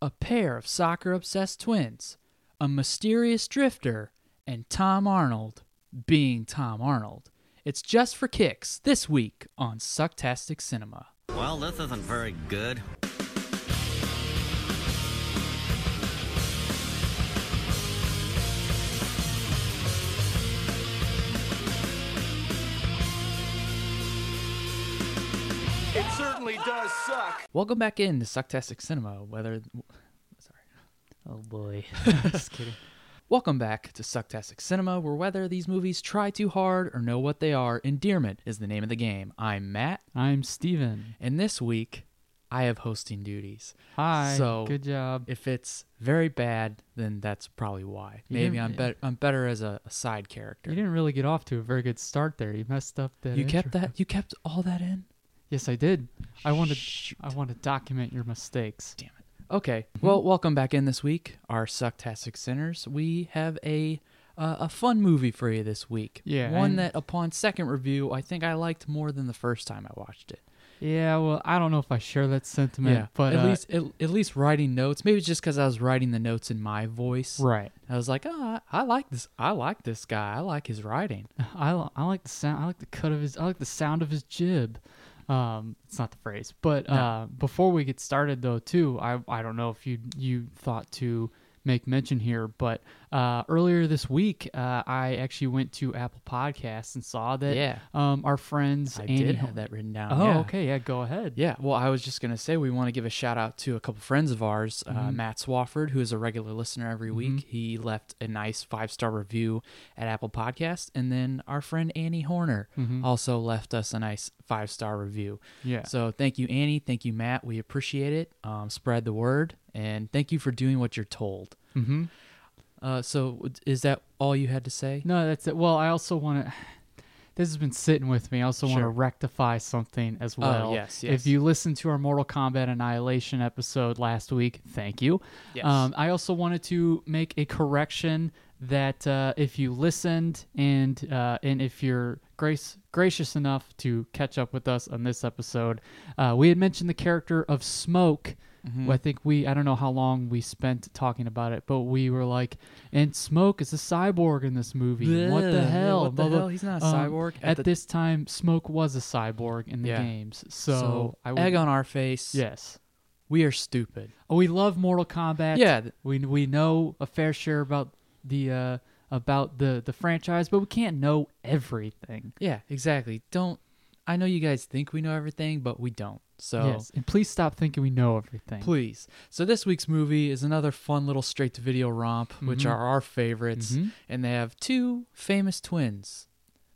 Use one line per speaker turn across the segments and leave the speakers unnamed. a pair of soccer obsessed twins, a mysterious drifter, and Tom Arnold being Tom Arnold. It's just for kicks this week on Sucktastic Cinema.
Well, this isn't very good.
It certainly does suck.
Welcome back in to Sucktastic Cinema. Whether, sorry, oh boy, just kidding. Welcome back to Sucktastic Cinema, where whether these movies try too hard or know what they are, endearment is the name of the game. I'm Matt,
I'm Steven.
and this week I have hosting duties.
Hi.
So-
good job.
If it's very bad, then that's probably why.
You
Maybe
didn't-
I'm better. I'm better as a, a side character.
You didn't really get off to a very good start there. You messed up that.
You kept
intro.
that. You kept all that in.
Yes, I did. I wanted.
Shoot.
I want to document your mistakes.
Damn it. Okay. Well, welcome back in this week, our Sucktastic Sinners. We have a uh, a fun movie for you this week.
Yeah,
One
and-
that, upon second review, I think I liked more than the first time I watched it.
Yeah. Well, I don't know if I share that sentiment, but
at
uh,
least at, at least writing notes. Maybe it's just because I was writing the notes in my voice.
right.
I was like, oh, I, I like this. I like this guy. I like his writing.
I, li- I like the sound. I like the cut of his. I like the sound of his jib. Um, it's not the phrase, but uh, before we get started though, too, I I don't know if you you thought to make mention here, but uh, earlier this week, uh, I actually went to Apple Podcasts and saw that
Yeah.
um our friends
I
Andy
did
Ho-
have that written down.
Oh,
yeah.
okay, yeah, go ahead.
Yeah, well, I was just gonna say we want to give a shout out to a couple friends of ours,
Mm-hmm.
uh, Matt Swafford, who is a regular listener every week. He left a nice five star review at Apple Podcast, and then our friend Annie Horner also left us a nice five star review.
Mm-hmm. Yeah.
So thank you, Annie. Thank you, Matt. We appreciate it. Um, spread the word, and thank you for doing what you're told. Mm-hmm. Uh, so is that all you had to say?
No, that's it. Well, I also want to. This has been sitting with me. I also want to
Sure. Oh,
rectify something as well.
yes, yes.
If you listened to our Mortal Kombat Annihilation episode last week, thank you.
Yes.
Um, I also wanted to make a correction that uh, if you listened and uh, and if you're grace gracious enough to catch up with us on this episode, uh, we had mentioned the character of Smoke. I
Mm.
think we I don't know how long we spent talking about it, but we were like, and Smoke is a cyborg in this movie. what
Yeah,
the
yeah,
hell?
what the hell? He's not a cyborg.
At,
At the-
this time, Smoke was a cyborg in the
Yeah.
games. So, I would,
egg on our face.
yes.
we are stupid.
Oh, we love Mortal Kombat.
Yeah.
we we know a fair share about the uh, about the the franchise, but we can't know everything.
Yeah, exactly. Don't. I know you guys think we know everything, but we don't. So
Yes, and please stop thinking we know everything.
please. So this week's movie is another fun little straight to video romp,
Mm-hmm.
which are our favorites, and they have two famous twins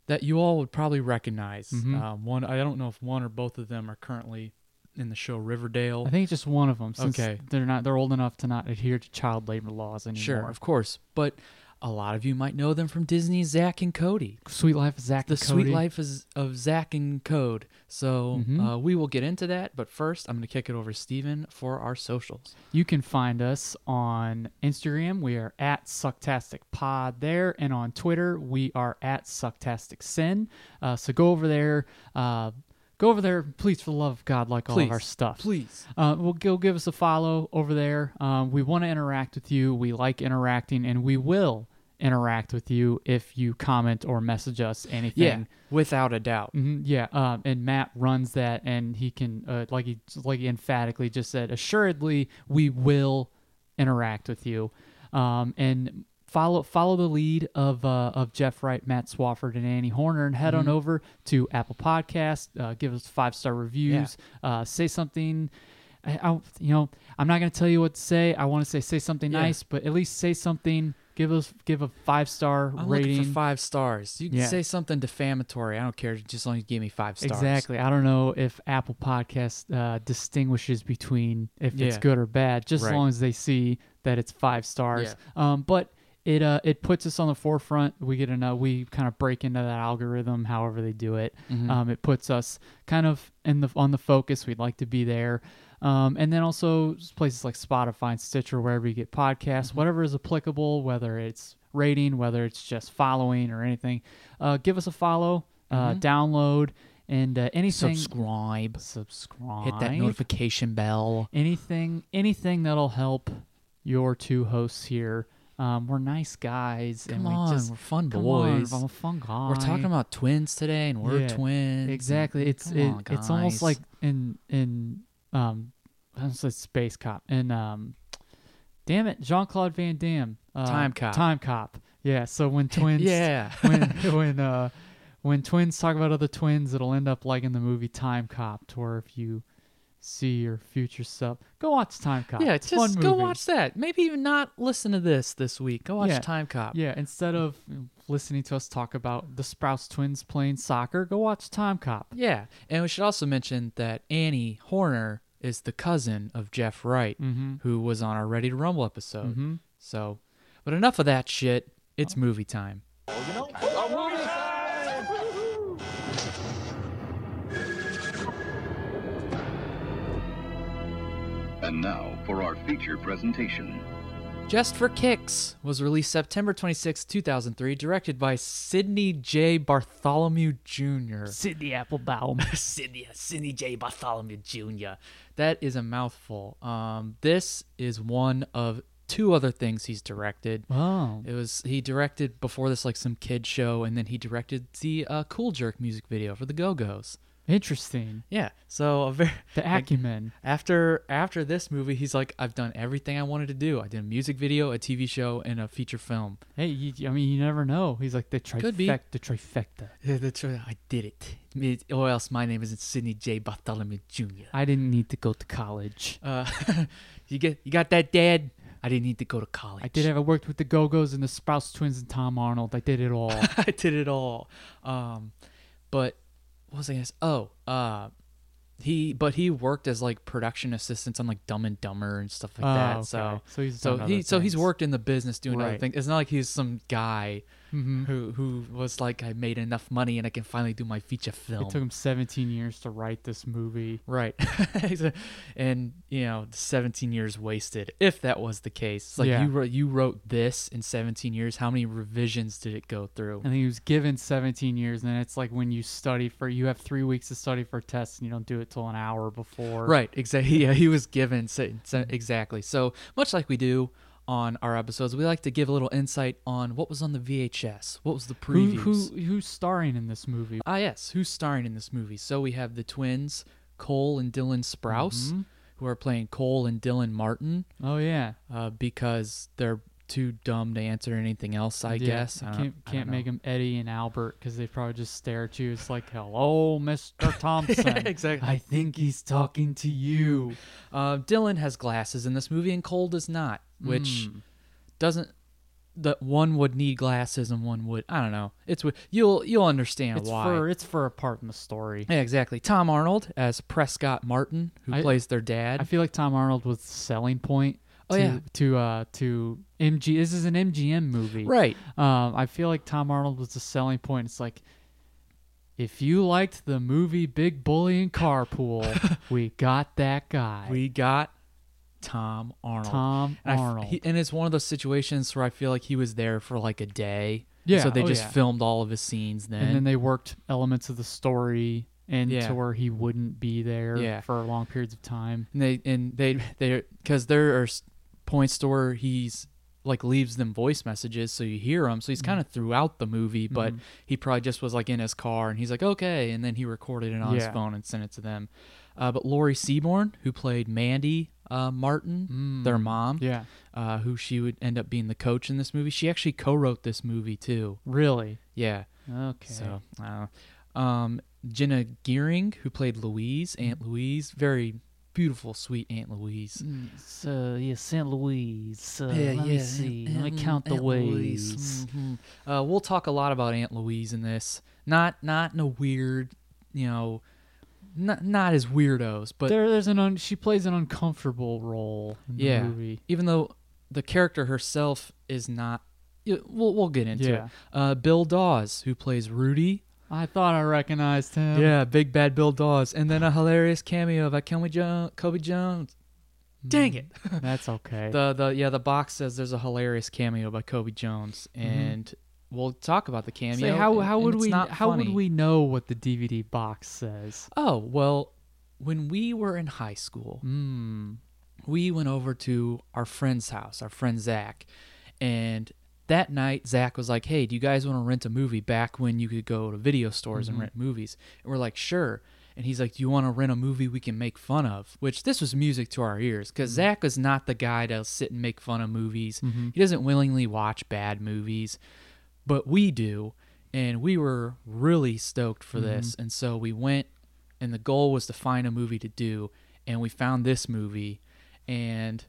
that you all would probably recognize.
Mm-hmm.
Um, one, I don't know if one or both of them are currently in the show Riverdale.
I think just one of them. Since
Okay.
they're not they're old enough to not adhere to child labor laws anymore.
sure, of course, but a lot of you might know them from Disney's Zack and Cody.
Sweet Life of Zach.
the
and Cody.
sweet life is of Zach and Code. So
Mm-hmm.
uh, we will get into that, but first I'm going to kick it over to Steven for our socials.
You can find us on Instagram. We are at Sucktastic Pod there, and on Twitter we are at Sucktastic Sin. Uh, so go over there. Uh, go over there, please, for the love of God, like all of our
Please,
stuff.
please.
Uh, well, go give us a follow over there. Um, we want to interact with you. We like interacting, and we will interact with you if you comment or message us anything.
without a doubt.
Mhm, yeah, um, and Matt runs that, and he can, uh, like he, like he emphatically just said, assuredly we will interact with you, um, and follow follow the lead of uh, of Jeff Wright, Matt Swafford, and Annie Horner, and head
Mm-hmm.
on over to Apple Podcast, uh, give us five star reviews, uh, say something. I, I, you know, I'm not gonna tell you what to say. I want to say say something
Yeah.
nice, but at least say something. Give us give a five star
I'm
rating.
looking for five stars. You can
Yeah.
say something defamatory. I don't care. Just as long as you give me five stars.
Exactly. I don't know if Apple Podcast uh, distinguishes between if it's
Yeah.
good or bad, just
Right.
as long as they see that it's five stars. Um, but it uh, it puts us on the forefront. We get enough. We kind of break into that algorithm, however they do it.
Mm-hmm.
Um, it puts us kind of in the on the focus. We'd like to be there. Um, and then also places like Spotify and Stitcher, wherever you get podcasts,
Mm-hmm.
whatever is applicable, whether it's rating, whether it's just following or anything, uh, give us a follow, uh, download, and uh, anything
Mm-hmm. Subscribe.
subscribe.
Hit that notification bell.
anything anything that'll help your two hosts here. Um, we're nice guys, and
Come on,
we just
we're fun
come on,
boys.
I'm a fun guy.
We're talking about twins today, and we're
Yeah,
twins.
exactly. It's
Mm-hmm. Come
it,
on,
it's almost
guys.
like in in um, I almost said space cop and um, damn it, Jean Claude Van Damme, uh,
Time Cop.
time cop. Yeah. So when twins,
Yeah.
when when uh, when twins talk about other twins, it'll end up like in the movie Time Cop, to where if you see your future self, go watch Time Cop.
Yeah,
it's a
just
fun
go
movie.
watch that. Maybe even not listen to this this week. Go watch
Yeah.
Time Cop.
Yeah, instead of listening to us talk about the Sprouse twins playing soccer, go watch Time Cop.
Yeah. And we should also mention that Annie Horner is the cousin of Jeff Wright, who was on our Ready to Rumble episode. So, but enough of that shit. It's movie time.
And now for our feature presentation.
Just for Kicks was released September 26, 2003, directed by Sidney J. Bartholomew Jr.
Sidney Applebaum.
Sidney, uh, Sidney J. Bartholomew Jr. That is a mouthful. Um, this is one of two other things he's directed.
oh,
It was he directed before this like some kid show, and then he directed the uh, Cool Jerk music video for the Go Go's.
interesting.
Yeah, so a very
The acumen.
after after this movie, he's like, I've done everything I wanted to do. I did a music video, a TV show, and a feature film.
Hey, you, I mean, you never know. He's like the trifecta.
Could be.
The trifecta.
Yeah, that's right. I did it. Me- Or else my name isn't Sidney J. Bartholomew Jr.
I didn't need to go to college.
Uh, you get you got that, Dad. I didn't need to go to college.
I did have. I worked with the Go Go's and the Sprouse Twins and Tom Arnold. I did it all.
I did it all. Um, but what was I gonna say? Oh, uh, he but he worked as like production assistants on like Dumb and Dumber and stuff like
Oh,
that.
okay.
So
So he's
so
done
he
other
so he's
things.
worked in the business doing other
Right.
things. It's not like he's some guy
Mm-hmm.
who who was like I made enough money and I can finally do my feature film.
it took him 17 years to write this movie.
Right. He's a- and you know, 17 years wasted if that was the case. It's Like
Yeah.
you wrote you wrote this in 17 years, how many revisions did it go through?
and he was given 17 years and then it's like when you study for you have three weeks to study for a test and you don't do it till an hour before
Right, exactly. Yeah, he was given so, so-
Mm-hmm.
exactly. So, much like we do on our episodes, we like to give a little insight on what was on the VHS, what was the
who,
previews.
who who's starring in this movie
Ah, yes. Who's starring in this movie? So we have the twins, Cole and Dylan Sprouse,
Mm-hmm.
who are playing Cole and Dylan Martin
oh yeah
uh, because they're too dumb to answer anything else, I
Yeah,
guess.
you
I don't- I
can't,
don't
can't
know.
make him eddie and albert because they probably just stare at you it's like hello mr thompson
Exactly.
i think he's talking to you
Uh, Dylan has glasses in this movie, and Cole does not, which
Hmm.
doesn't. That one would need glasses, and one would. I don't know. It's w- you'll you'll understand
it's
why.
for it's for a part in the story
yeah, exactly. Tom Arnold as Prescott Martin, who
I-
plays their dad.
i feel like tom arnold was the selling point
Oh,
to,
yeah.
to uh to mg this is an mgm movie
right.
Um, I feel like Tom Arnold was the selling point. It's like, if you liked the movie Big Bully and Carpool, we got that guy.
We got Tom Arnold.
Tom
and I f-
Arnold.
he- and it's one of those situations where I feel like he was there for like a day.
Yeah,
So they
oh,
just
yeah.
filmed all of his scenes then.
and then they worked elements of the story into
Yeah.
where he wouldn't be there
Yeah.
for long periods of time.
and they and they they because there are s- points to where he's like leaves them voice messages so you hear him so
Mm-hmm.
he's kind of throughout the movie but he probably just was like in his car and he's like okay and then he recorded it on his
Yeah.
phone and sent it to them uh, but lori seaborn who played mandy uh, martin their mom
Mm. Yeah,
uh, who she would end up being the coach in this movie she actually co-wrote this movie too
really.
yeah
Okay.
so I don't know. Um, Jenna Gearing, who played Louise, Aunt Louise, very beautiful, sweet Aunt Louise.
So yeah, Saint Louis. Uh, let me see. let
mm,
me count the ways.
Uh, we'll talk a lot about Aunt Louise in this. Not not in a weird, you know, not not as weirdos, but
There, there's an un- she plays an uncomfortable role in
yeah.
the movie.
Even though the character herself is not. yeah, We'll, we'll get into
Yeah.
it. Uh, Bill Dawes, who plays Rudy,
I thought I recognized him.
Yeah, big bad Bill Dawes, and then a hilarious cameo by Kobe Jones. Kobe Jones. Dang
Hmm.
it!
That's okay.
the the yeah the box says there's a hilarious cameo by Kobe Jones, and we'll talk about the cameo.
Mm-hmm. Say how
and-
how
and
would
it's
we
not
how
funny.
would we know what the DVD box says?
Oh well, when we were in high school, Mm. we went over to our friend's house, our friend Zach, and that night Zach was like, "Hey, do you guys want to rent a movie?" Back when you could go to video stores and rent movies, and we're like, "Sure." And he's like, "Do you want to rent a movie we can make fun of?" Which this was music to our ears because Zach is not the guy to sit and make fun of movies. He doesn't willingly watch bad movies but we do and we were really stoked for this and so we went and the goal was to find a movie to do and we found this movie and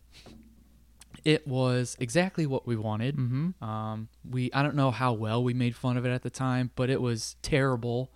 it was exactly what we wanted mm-hmm. um, we i don't know how well we made fun of it at the time but it was terrible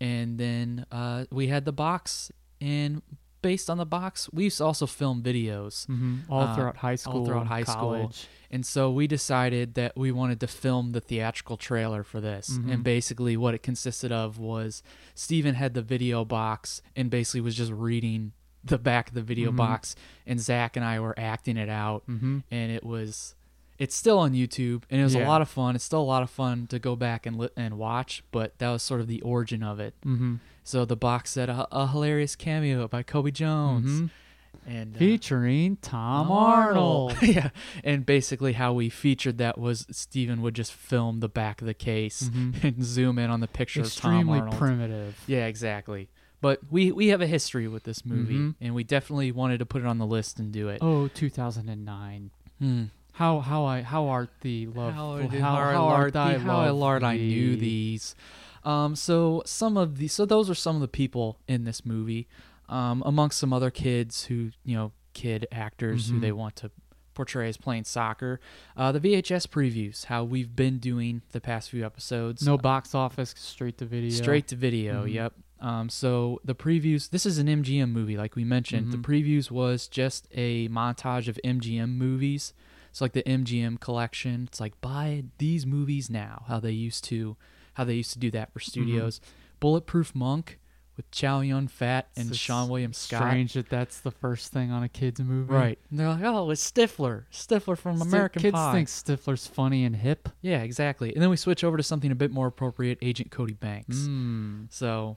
and then uh, we had the box and based on the box we used to also film videos
Mm-hmm. All
uh,
throughout high school,
all throughout high
college.
school. And so we decided that we wanted to film the theatrical trailer for this. And basically, what it consisted of was Steven had the video box and basically was just reading the back of the video box, and Zach and I were acting it out. And it was. It's still on YouTube, and it was a
Yeah.
lot of fun. It's still a lot of fun to go back and li- and watch, but that was sort of the origin of it. Mm-hmm. So the box said a, a hilarious cameo by Kobe Jones,
Mm-hmm.
and uh,
Featuring Tom
Oh,
Arnold.
yeah. And basically, how we featured that was Steven would just film the back of the case and zoom in on the picture of Tom
Mm-hmm. Extremely
Arnold.
primitive.
Yeah, exactly. But we, we have a history with this movie,
Mm-hmm.
and we definitely wanted to put it on the list and do it.
Oh, 2009. How how I how art thee love
Hmm.
oh,
did-
how,
I
how art
lard
thy
thee, how I
love
lard I knew
thee.
these. Um, so some of the so those are some of the people in this movie, um, amongst some other kids who you know kid actors
Mm-hmm.
who they want to portray as playing soccer. Uh, the VHS previews, how we've been doing the past few episodes.
no box office straight to video
Straight to video. Yep. Um, so the previews. This is an MGM movie, like we mentioned. The previews was just a montage of MGM movies. It's like the MGM collection. It's like buy these movies now. How they used to, how they used to do that for studios. Bulletproof Monk with Chow Yun Fat and
It's
Sean William Scott.
Strange that that's the first thing on a kids movie.
Right. And they're like, oh, it's Stifler. Stifler from
Sti-
American
kids
Pie.
think Stifler's funny and hip.
Yeah, exactly. And then we switch over to something a bit more appropriate, Agent Cody Banks. So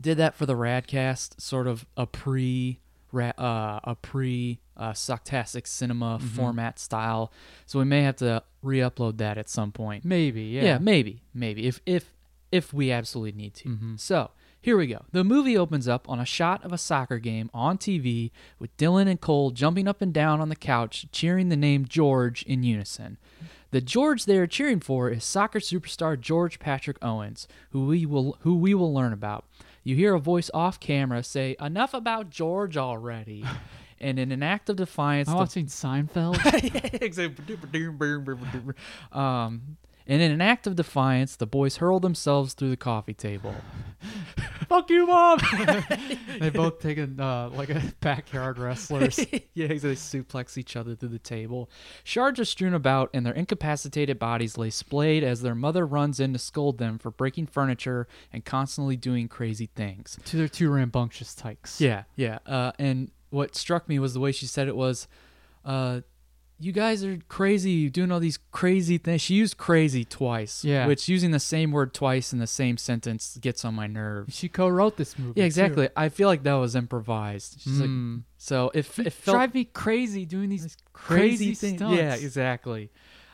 did that for the Radcast, sort of a pre ra- uh, a pre uh, Sucktastic Cinema format style. So we may have to re-upload that at some point.
Maybe, yeah.
Yeah, maybe, maybe if if if we absolutely need to. So here we go. The movie opens up on a shot of a soccer game on TV with Dylan and Cole jumping up and down on the couch, cheering the name George in unison. The George they are cheering for is soccer superstar George Patrick Owens, who we will who we will learn about. You hear a voice off camera say, "Enough about George already," and in an act of defiance,
Am I
the
watching Seinfeld?
um, and in an act of defiance, the boys hurl themselves through the coffee table.
Fuck you, mom! they both take a uh, like a backyard wrestlers.
yeah, they suplex each other through the table. Shards are strewn about, and their incapacitated bodies lay splayed as their mother runs in to scold them for breaking furniture and constantly doing crazy things.
to their two rambunctious tykes.
Yeah, yeah. Uh, and what struck me was the way she said it was, uh, "You guys are crazy. You're doing all these crazy things." She used "crazy" twice.
Yeah.
which using the same word twice in the same sentence gets on my nerves.
She co-wrote this movie.
Yeah,
too.
exactly. Hmm. I feel like that was improvised. She's like, so if it felt
Drive me crazy doing these
crazy,
crazy,
thing.
stunts.
Yeah, exactly.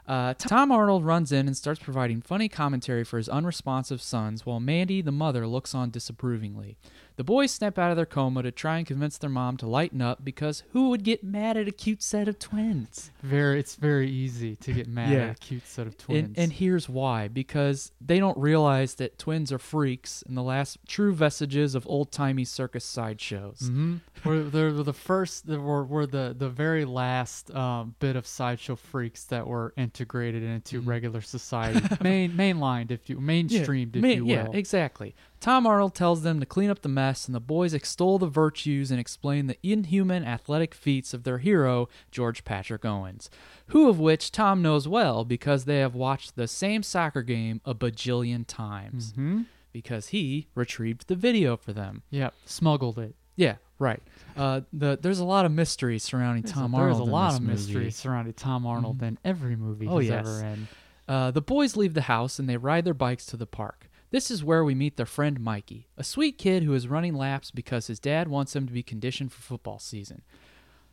Uh, Tom Arnold runs in and starts providing funny commentary for his unresponsive sons, while Mandy, the mother, looks on disapprovingly. The boys snap out of their coma to try and convince their mom to lighten up because who would get mad at a cute set of twins?
Very, it's very easy to get mad
Yeah.
at a cute set of twins.
And, and here's why because they don't realize that twins are freaks and the last true vestiges of old timey circus sideshows.
Hmm? we're, they're the first, they were, were the the very last um, bit of sideshow freaks that were integrated into
Mm-hmm.
regular society, main mainlined, if you mainstreamed, if
Ma-
you will.
yeah, exactly. Tom Arnold tells them to clean up the mess, and the boys extol the virtues and explain the inhuman athletic feats of their hero, George Patrick Owens, who of which Tom knows well because they have watched the same soccer game a bajillion times.
Mm-hmm.
Because he retrieved the video for them.
Yep, smuggled it.
Yeah, right. Uh, the there's a lot of mystery surrounding Tom
There's
Arnold.
a
in
lot
this
of
movie. Mm-hmm.
mystery surrounding Tom Arnold in every movie
Oh,
he's
yes.
ever in.
Uh, the boys leave the house and they ride their bikes to the park. This is where we meet their friend Mikey, a sweet kid who is running laps because his dad wants him to be conditioned for football season.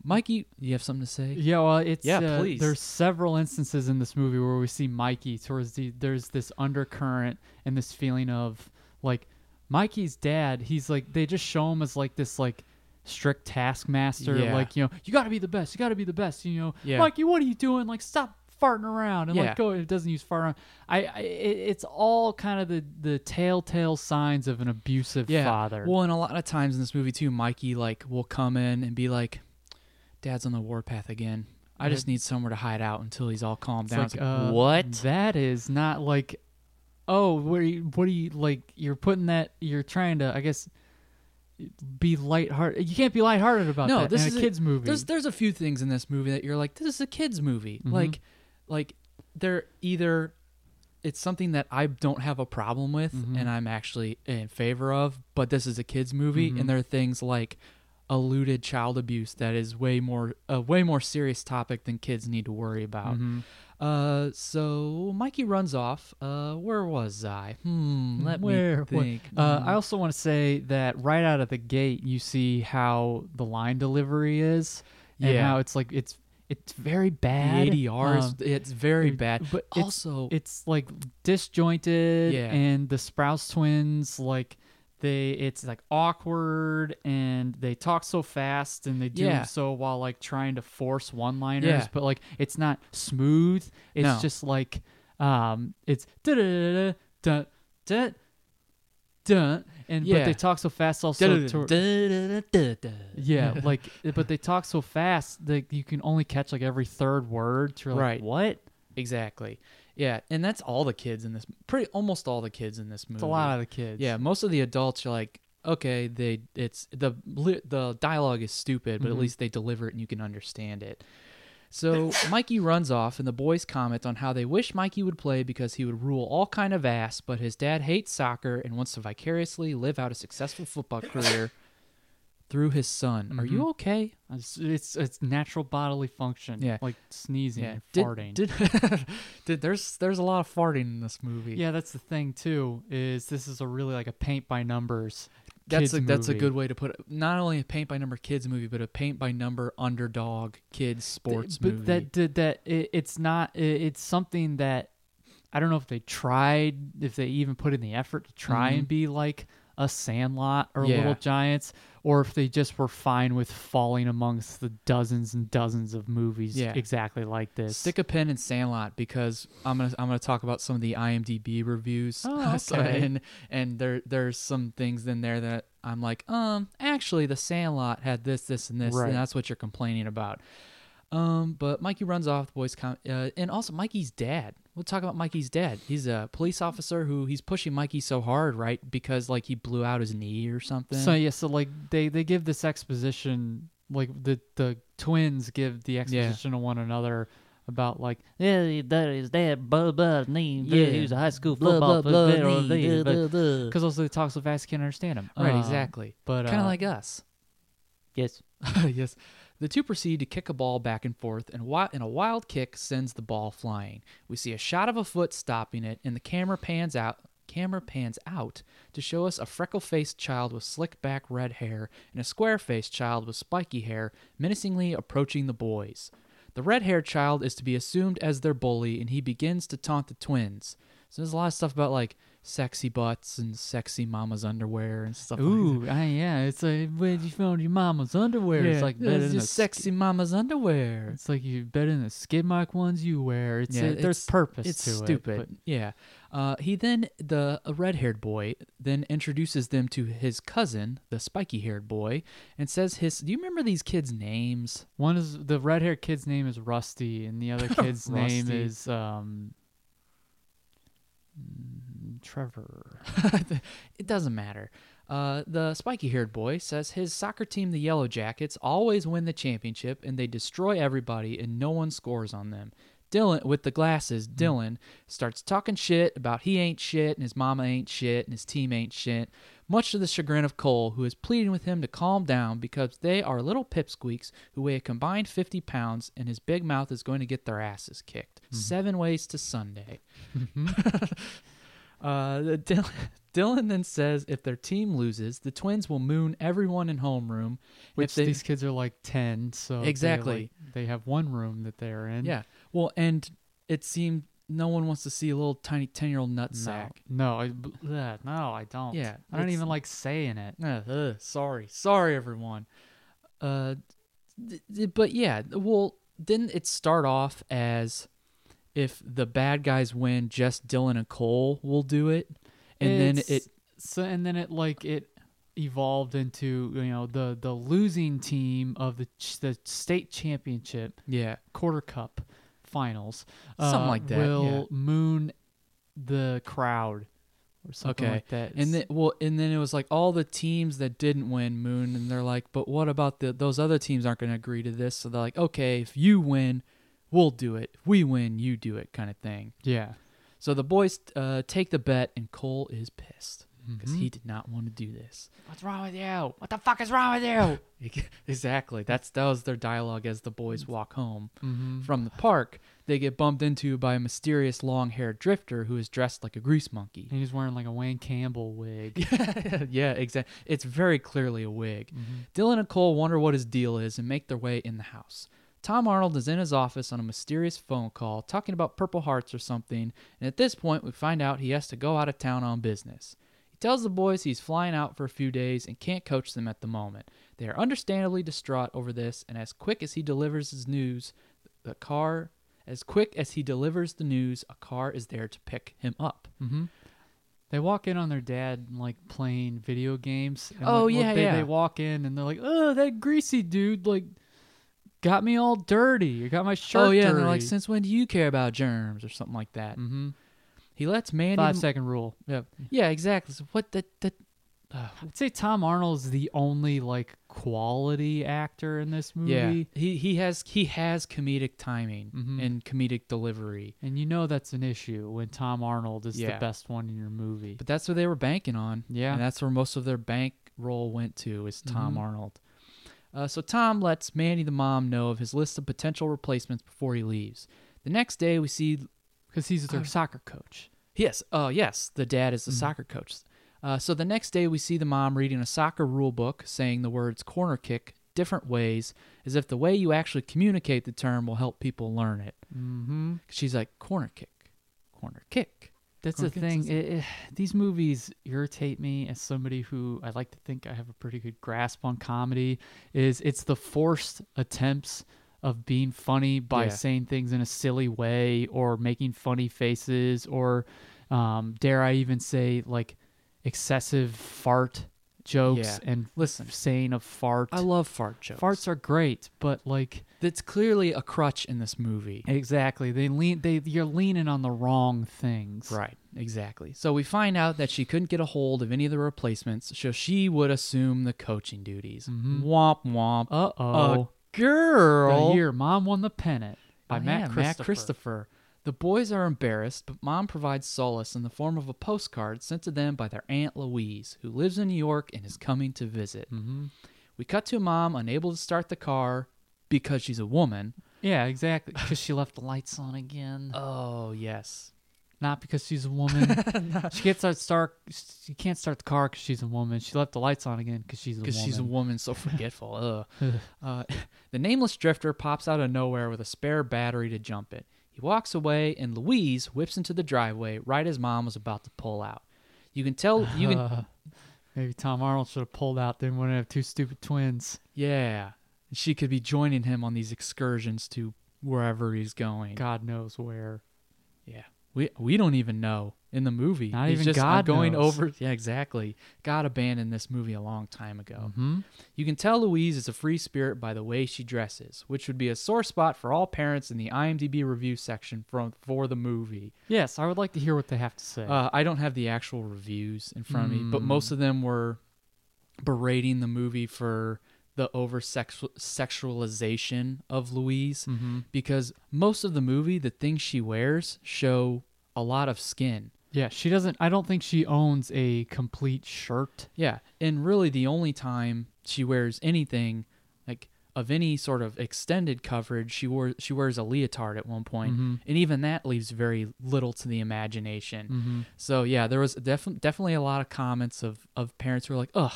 Mikey, you have something to say?
Yeah, well, it's
Yeah,
uh,
please.
There's several instances in this movie where we see Mikey towards the there's this undercurrent and this feeling of like Mikey's dad. He's like they just show him as like this like strict taskmaster.
Yeah.
Like you know you got to be the best. You got to be the best. You know,
Yeah.
Mikey, what are you doing? Like stop farting around and
Yeah.
like go. It doesn't use fart around. I, I it, it's all kind of the the telltale signs of an abusive father.
Well, and a lot of times in this movie too, Mikey like will come in and be like, "Dad's on the warpath again. I just need somewhere to hide out until he's all calmed down."
It's
It's
like, uh, That is not like, oh, what are you, what are you like? You're putting that. You're trying to, I guess, be lighthearted. You can't be lighthearted about
no,
that
this
in
is
a kids movie.
There's there's a few things in this movie that you're like, this is a kids movie. Like, like they're either it's something that I don't have a problem with and I'm actually in favor of, but this is a kids movie, and there are things like alluded child abuse that is way more a way more serious topic than kids need to worry about. Uh, so Mikey runs off. Uh, where was I? Hmm. Let me
Mm, Where- where-
think. Mm.
Uh, I also want to say that right out of the gate, you see how the line delivery is, and
Yeah.
how it's like it's it's very bad.
The ADR is
Um,
it's very bad, but
it's-
also
it's, like disjointed
Yeah.
and the Sprouse twins like they it's like awkward and they talk so fast and they do
Yeah.
so while like trying to force one liners
Yeah.
but like it's not smooth it's
No.
just like um it's da da da da da and but
Yeah.
they talk so fast also to,
yeah,
yeah like but they talk so fast that you can only catch like every third word to like
Right.
what
exactly. Yeah, and that's all the kids in this. Pretty almost all the kids in this movie.
it's a lot of the kids
Mm-hmm. Yeah, most of the adults are like, okay, they it's the li- the dialogue is stupid,
Mm-hmm.
but at least they deliver it and you can understand it. So Mikey runs off, and the boys comment on how they wish Mikey would play because he would rule all kind of ass, but his dad hates soccer and wants to vicariously live out a successful football career through his son. Are
Mm-hmm.
you okay?
It's, it's it's natural bodily function.
Yeah.
Like sneezing and
Did-
farting.
Did, did- there's there's a lot of farting in this movie.
yeah, that's the thing too, is this is a really like a paint by numbers.
that's
kids
a that's a
movie.
good way to put it. Not only a paint by number kids movie, but a paint by number underdog kids sports
but
movie.
that did that it, it's not it, it's something that I don't know if they tried if they even put in the effort to try and be like a sandlot or
Yeah.
little giants or if they just were fine with falling amongst the dozens and dozens of movies
Yeah.
exactly like this.
Stick a pin in Sandlot because I'm gonna I'm gonna talk about some of the IMDb reviews.
Oh,
So-
okay.
and and there there's some things in there that I'm like, um, actually, the Sandlot had this, this, and this,
Right.
and that's what you're complaining about. Um, but Mikey runs off. The boys come, uh, and also Mikey's dad. We'll talk about Mikey's dad. He's a police officer who he's pushing Mikey so hard, right? Because like he blew out his knee or something.
So yeah, so like they they give this exposition, like the the twins give the exposition to one another about like yeah, he- that is that blah blah name. Yeah, he was a high school football player. Because also they talk so fast, you can't understand him.
right, exactly.
but,
kind of
uh,
Um, like us.
Yes.
yes. The two proceed to kick a ball back and forth, and wi- and a wild kick sends the ball flying. We see a shot of a foot stopping it, and the camera pans out. Camera pans out to show us a freckle-faced child with slick back red hair and a square-faced child with spiky hair menacingly approaching the boys. The red-haired child is to be assumed as their bully, and he begins to taunt the twins. So there's a lot of stuff about like sexy butts and sexy mama's underwear and stuff. like that.
Ooh, I, yeah. It's like where'd you found your mama's underwear? It's like better
it's
than a
just sexy mama's underwear.
It's like you better than the skid mark ones you wear. It's
Yeah,
it- there's
it's-
purpose
It's
to
stupid.
it.
yeah. Uh, he then the red haired boy then introduces them to his cousin, the spiky haired boy, and says his. Do you remember these kids' names?
But one is the red haired kid's name is Rusty, and the other kid's name
Rusty.
is um mm, Trevor.
It doesn't matter. Uh, the spiky haired boy says his soccer team, the Yellow Jackets, always win the championship and they destroy everybody and no one scores on them. Dylan, with the glasses, Dylan starts talking shit about he ain't shit and his mama ain't shit and his team ain't shit. much to the chagrin of Cole, who is pleading with him to calm down because they are little pipsqueaks who weigh a combined 50 pounds, and his big mouth is going to get their asses kicked. Seven ways to Sunday. Uh, the Dylan, Dylan then says if their team loses, the twins will moon everyone in homeroom.
Which
if they,
these kids are like ten, so they,
Exactly.
like- they have one room that they're in.
yeah. Well, and it seemed no one wants to see a little tiny 10 year old nutsack.
No, I, b- ugh, no, I don't.
Yeah,
I don't
it's-
even like saying it.
Uh, ugh, sorry, sorry everyone. Uh, th- th- but yeah, well, didn't it start off as if the bad guys win, just Dylan and Cole will do it, and
It's-
then it
so and then it like it evolved into you know the the losing team of the ch- the state championship
yeah
quarter cup finals. uh,
Something like that,
Will
yeah.
moon the crowd or something
okay
like that. It's-
and then well and then it was like all the teams that didn't win Moon, and they're like, but what about the those other teams aren't going to agree to this? So they're like, okay, if you win, we'll do it. If we win, you do it, kind of thing.
yeah.
So the boys uh, take the bet, and Cole is pissed because he did not want to do this.
What's wrong with you? What the fuck is wrong with you?
exactly. That's that was their dialogue as the boys walk home from the park. They get bumped into by a mysterious long-haired drifter who is dressed like a grease monkey.
And he's wearing like a Wayne Campbell wig.
yeah, exactly. It's very clearly a wig. Dylan and Cole wonder what his deal is and make their way in the house. Tom Arnold is in his office on a mysterious phone call talking about Purple Hearts or something, and at this point, we find out he has to go out of town on business. He tells the boys he's flying out for a few days and can't coach them at the moment. They are understandably distraught over this, and as quick as he delivers his news, the car. As quick as he delivers the news, a car is there to pick him up.
They walk in on their dad like playing video games. And,
Oh,
like, look,
yeah,
they,
yeah.
They walk in and they're like, "Oh, that greasy dude like got me all dirty. You got my shirt
oh yeah,
dirty."
and they're like, since when do you care about germs or something like that? Mm-hmm. He lets Mandy.
Mm. five mm. second rule.
Yeah, yeah, exactly. So what the, the
I'd say Tom Arnold's the only like quality actor in this movie.
yeah he he has he has comedic timing
Mm-hmm.
and comedic delivery,
And you know that's an issue when Tom Arnold is
Yeah.
the best one in your movie.
but that's what they were banking on.
Yeah. Mm-hmm.
and that's where most of their bank roll went to is Tom Arnold. Uh, so Tom lets Mandy the mom know of his list of potential replacements before he leaves. The next day, we see
Because he's
Oh.
their soccer coach.
Yes. Uh, yes. The dad is the soccer coach. Uh, so the next day, we see the mom reading a soccer rule book saying the words corner kick different ways as if the way you actually communicate the term will help people learn it. Mm-hmm. She's like, corner kick, corner kick.
That's
Or
the
gets us-
thing. It, it- these movies irritate me as somebody who I like to think I have a pretty good grasp on comedy. Is it's the forced attempts of being funny by
Yeah.
saying things in a silly way or making funny faces or um, dare I even say like excessive fart jokes
Yeah.
and
Listen.
saying of fart.
I love fart jokes.
Farts are great, but like
That's clearly a crutch in this movie.
exactly they lean they you're leaning on the wrong things.
Right, exactly. So we find out that she couldn't get a hold of any of the replacements, so she would assume the coaching duties. Womp womp.
Uh oh.
Mm-hmm. A girl.
the year mom won the pennant by
Oh,
Matt,
yeah,
Christopher.
Christopher. The boys are embarrassed, but mom provides solace in the form of a postcard sent to them by their Aunt Louise, who lives in New York and is coming to visit. Mm-hmm. We cut to mom unable to start the car because she's a woman.
Yeah, exactly. Because she left the lights on again.
Oh, yes.
Not because she's a woman. She can't start start. She can't start the car because she's a woman. She left the lights on again because she's a woman.
Because she's a woman, so forgetful. Ugh. uh, the nameless drifter pops out of nowhere with a spare battery to jump it. He walks away, and Louise whips into the driveway right as mom was about to pull out. You can tell. You can.
Maybe Tom Arnold should have pulled out. Then we wouldn't have two stupid twins.
Yeah. She could be joining him on these excursions to wherever he's going.
God knows where.
Yeah. We we don't even know in the movie.
Not
He's
even
just uh,
God
going
knows.
over. Yeah, exactly. God abandoned this movie a long time ago.
Mm-hmm.
You can tell Louise is a free spirit by the way she dresses, which would be a sore spot for all parents in the IMDb review section from for the movie.
Yes, I would like to hear what they have to say.
Uh, I don't have the actual reviews in front of me, but most of them were berating the movie for the over sexualization of Louise
Mm-hmm. Hmm.
because most of the movie, the things she wears show a lot of skin.
Yeah, she doesn't. I don't think she owns a complete shirt.
Yeah, and really the only time she wears anything like of any sort of extended coverage, she wore she wears a leotard at one point, and even that leaves very little to the imagination.
Mm-hmm.
So yeah, there was definitely definitely a lot of comments of of parents who were like, "Ugh,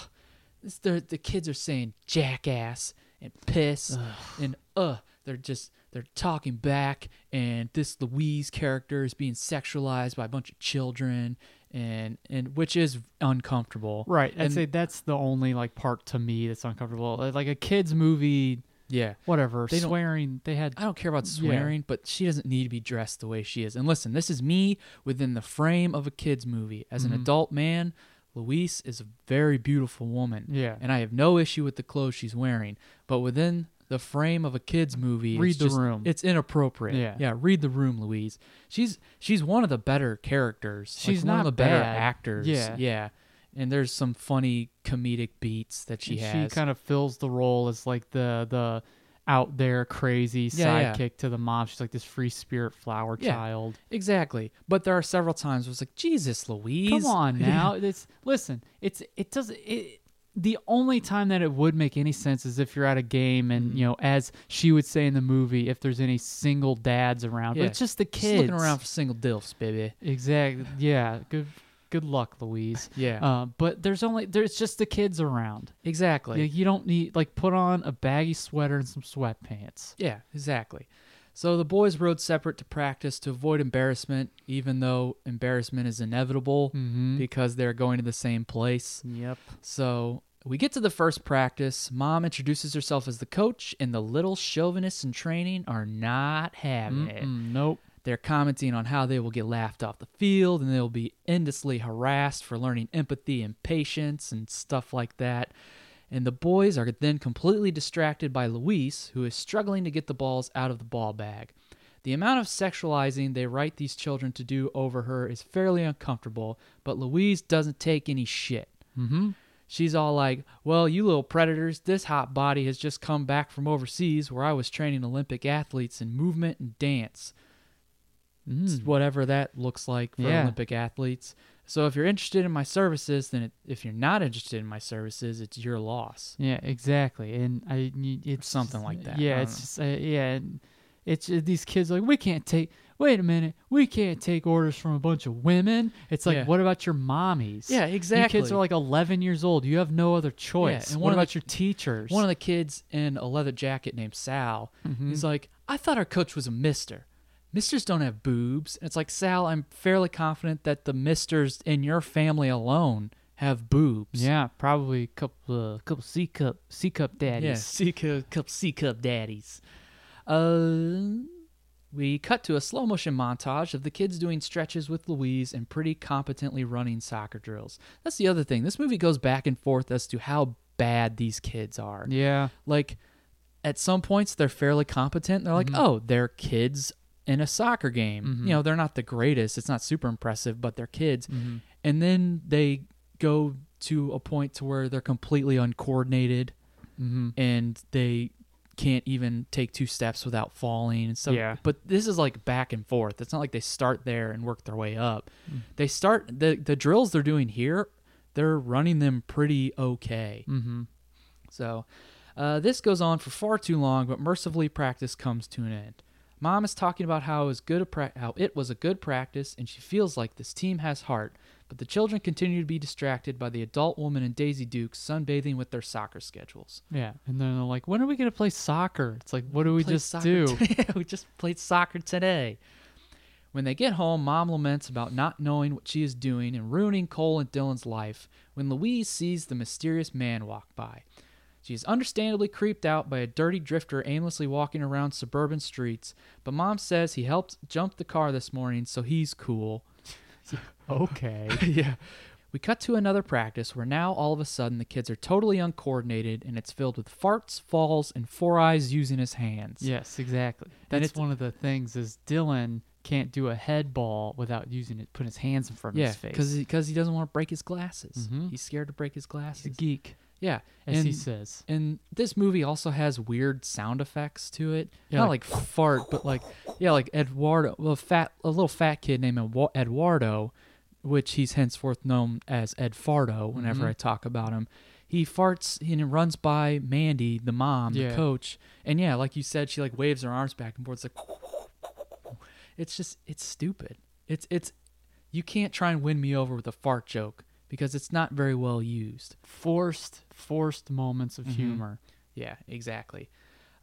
this, they're- the kids are saying jackass and piss and uh, they're just." They're talking back, and this Louise character is being sexualized by a bunch of children, and and which is uncomfortable.
Right. I'd
And-
say that's the only like part to me that's uncomfortable. Uh, Like a kids movie,
Yeah.
whatever.
They don't-
swearing. They had.
I don't care about swearing, but she doesn't need to be dressed the way she is. And listen, this is me within the frame of a kid's movie. As
Mm-hmm.
an adult man, Luis is a very beautiful woman.
Yeah.
And I have no issue with the clothes she's wearing. But within the frame of a kid's movie,
Read
it's
the
just-
room.
It's inappropriate.
Yeah.
Yeah. Read the room, Louise. She's she's one of the better characters. like,
She's
one
not
of the better
bad.
actors.
Yeah.
Yeah. And there's some funny comedic beats that she
she
has.
kind of fills the role as like the the out there crazy
Yeah, yeah.
sidekick to the mom. She's like this free spirit flower
Yeah.
child.
exactly. But there are several times where it's like, Jesus, Louise.
Come on now. It's listen. It's it does it. The only time that it would make any sense is if you're at a game and
Mm-hmm.
you know, as she would say in the movie, if there's any single dads around. But it's just the kids
looking around for single dilfs, baby.
Exactly. Yeah. Good. Good luck, Louise.
Yeah.
Uh, but there's only there's just the kids around.
Exactly.
Yeah, you don't need like put on a baggy sweater and some sweatpants.
Yeah, exactly. So the boys rode separate to practice to avoid embarrassment, even though embarrassment is inevitable because they're going to the same place.
Mm-hmm. Yep.
So we get to the first practice. Mom introduces herself as the coach, and the little chauvinists in training are not having it.
Nope.
They're commenting on how they will get laughed off the field and they'll be endlessly harassed for learning empathy and patience and stuff like that. And the boys are then completely distracted by Luis, who is struggling to get the balls out of the ball bag. The amount of sexualizing they write these children to do over her is fairly uncomfortable, but Louise doesn't take any shit. She's all like, Well, you little predators, this hot body has just come back from overseas where I was training Olympic athletes in movement and dance whatever that looks like for
Yeah.
Olympic athletes. So if you're interested in my services, then it, if you're not interested in my services, it's your loss.
Yeah. Exactly. And I. y- It's
Something like that. I
Yeah.
don't
It's
know.
just, uh, yeah. and It's uh, these kids like we can't take. Wait a minute. We can't take orders from a bunch of women. It's like,
Yeah.
what about your mommies?
Yeah,
You kids
exactly.
are like 11 years old. You have no other choice.
and
and
one
what
of the-
about your teachers?
One of the kids in a leather jacket named Sal, he's like, I thought our coach was a mister. Misters don't have boobs. And it's like, Sal, I'm fairly confident that the misters in your family alone have boobs.
Yeah, probably a couple, uh, couple C cup, C cup
Yeah,
daddies.
C cup, cup C cup daddies. Uh, we cut to a slow motion montage of the kids doing stretches with Louise and pretty competently running soccer drills. That's the other thing. This movie goes back and forth as to how bad these kids are.
Yeah,
Like, at some points, they're fairly competent. They're like, oh, they're kids in a soccer game. You know, they're not the greatest. It's not super impressive, but they're kids. And then they go to a point to where they're completely uncoordinated and they can't even take two steps without falling and stuff.
Yeah.
But this is like back and forth. It's not like they start there and work their way up. They start the the drills they're doing here. They're running them pretty okay. Mm-hmm. So uh, this goes on for far too long, but mercifully practice comes to an end. Mom is talking about how it was good a pra- how it was a good practice, and she feels like this team has heart. But the children continue to be distracted by the adult woman and Daisy Duke sunbathing with their soccer schedules.
yeah. And then they're like, "When are we gonna play soccer?" It's like, "What do we
played
just
soccer
do?"
today. we just played soccer today. When they get home, Mom laments about not knowing what she is doing and ruining Cole and Dylan's life when Louise sees the mysterious man walk by. She is understandably creeped out by a dirty drifter aimlessly walking around suburban streets, but Mom says he helped jump the car this morning, so he's cool.
okay.
yeah. We cut to another practice where now all of a sudden the kids are totally uncoordinated and it's filled with farts, falls, and four eyes using his hands.
Yes, exactly. That's
it's-
one of the things is Dylan can't do a head ball without using it, putting his hands in front of
Yeah,
his face. Mm-hmm.
because because he doesn't want to break his glasses. He's scared to break his
he's a
glasses.
geek,
Yeah,
as
and
he says.
and this movie also has weird sound effects to it.
Yeah,
Not like,
like-
fart, but like yeah, like Eduardo, well, fat a little fat kid named Edu- Eduardo which he's henceforth known as Ed Fardo whenever
Mm-hmm.
I talk about him, he farts and runs by Mandy, the mom,
Yeah.
the coach. And yeah, like you said, she like waves her arms back and forth. It's like, it's just, it's stupid. It's, it's, you can't try and win me over with a fart joke because it's not very well used.
Forced, forced moments of humor.
Yeah, exactly.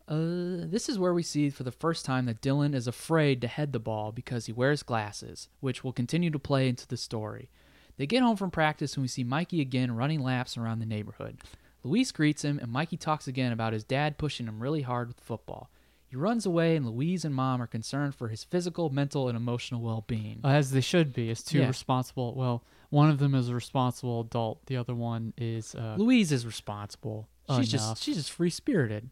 Uh, this is where we see for the first time that Dylan is afraid to head the ball because he wears glasses, which will continue to play into the story. They get home from practice and we see Mikey again running laps around the neighborhood. Luis greets him, and Mikey talks again about his dad pushing him really hard with football. He runs away, and Louise and mom are concerned for his physical, mental, and emotional well being.
As they should be. It's two
Yeah.
responsible. Well, one of them is a responsible adult. The other one is uh,
Louise is responsible. She's
Enough.
just she's just free spirited.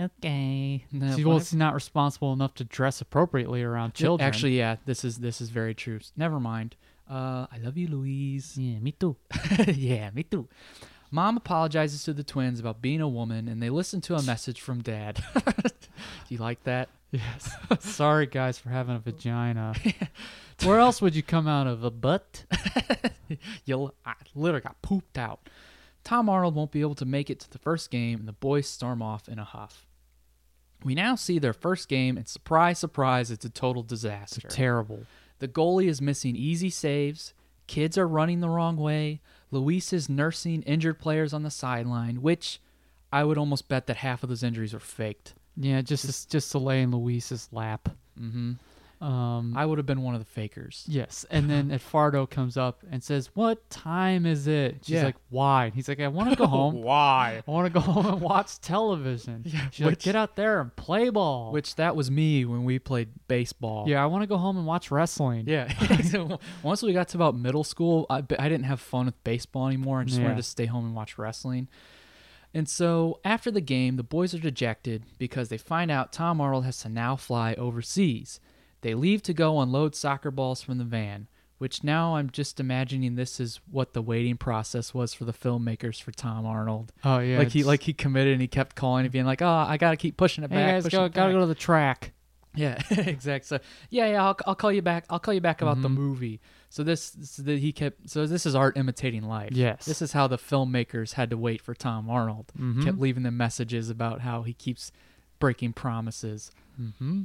okay.
No,
She
what?
was not responsible enough to dress appropriately around
Th-
children.
Actually, yeah, this is this is very true. Never mind. Uh, I love you, Louise.
yeah, me too.
yeah, me too. Mom apologizes to the twins about being a woman, and they listen to a message from Dad. Do you like that?
Yes. Sorry, guys, for having a vagina. Where else would you come out of a butt?
You, I literally got pooped out. Tom Arnold won't be able to make it to the first game, and the boys storm off in a huff. We now see their first game, and surprise, surprise, it's a total disaster.
Terrible.
The goalie is missing easy saves. Kids are running the wrong way. Luis is nursing injured players on the sideline, which I would almost bet that half of those injuries are faked.
Yeah, just just, just to lay in Luis's lap.
Mm-hmm.
Um,
I would have been one of the fakers.
Yes, and then at Fardo comes up and says, "What time is it?" She's
Yeah.
like, "Why?" And he's like, "I want to go home. Why? I want to go home and watch television." Yeah, She's like,
which-
"Get out there and play ball."
Which that was me when we played baseball.
yeah, I want to go home and watch wrestling.
Yeah. So Once we got to about middle school, I, I didn't have fun with baseball anymore. I just
Yeah.
wanted to stay home and watch wrestling. And so after the game, the boys are dejected because they find out Tom Arnold has to now fly overseas. They leave to go unload soccer balls from the van, which now I'm just imagining this is what the waiting process was for the filmmakers for Tom Arnold.
Oh, yeah,
Like he
it's-
like he committed and he kept calling and being like, "Oh, I got to keep pushing it
Hey
back."
guys,
pushing
go,
it
gotta
back."
go to the track.
Yeah, exact. So yeah, yeah, I'll, I'll call you back. I'll call you back about the
Mm-hmm.
movie. So this, this that he kept. So this is art imitating life.
Yes. Mm-hmm.
this is how the filmmakers had to wait for Tom Arnold. Kept leaving them messages about how he keeps breaking promises. Mm-hmm.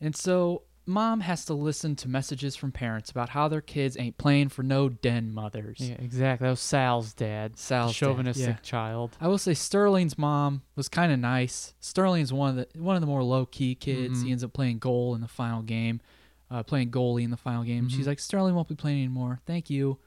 And so mom has to listen to messages from parents about how their kids ain't playing for no den mothers.
Yeah, exactly. That was Sal's dad.
Sal's dad,
chauvinistic
yeah.
child.
I will say Sterling's mom was kind of nice. Sterling's one of the one of the more low key kids. He ends up playing goal in the final game, uh, playing goalie in the final game. She's like, Sterling won't be playing anymore. Thank you.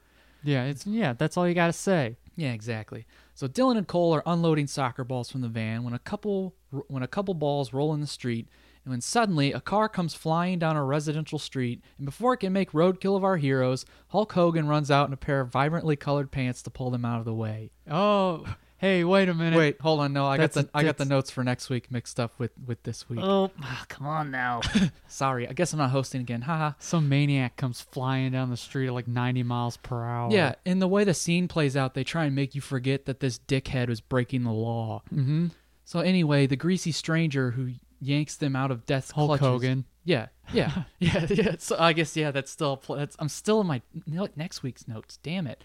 Yeah, it's yeah. That's all you gotta say.
Yeah, exactly. So Dylan and Cole are unloading soccer balls from the van when a couple when a couple balls roll in the street, and when suddenly a car comes flying down a residential street, and before it can make roadkill of our heroes, Hulk Hogan runs out in a pair of vibrantly colored pants to pull them out of the way.
Oh, hey, wait a minute.
Wait, hold on. No, I got
That's-
the I got the
that's-
notes for next week mixed up with with this week.
Oh, ah, come on now.
Sorry, I guess I'm not hosting again. Haha.
Some maniac comes flying down the street at like 90 miles per hour.
Yeah, and the way the scene plays out, they try and make you forget that this dickhead was breaking the law. Mm-hmm. So anyway, the greasy stranger who yanks them out of death's
Hulk
clutches-
Hogan.
Yeah, yeah, yeah, yeah. So I guess yeah, that's still pl- that's, I'm still in my no- next week's notes. Damn it.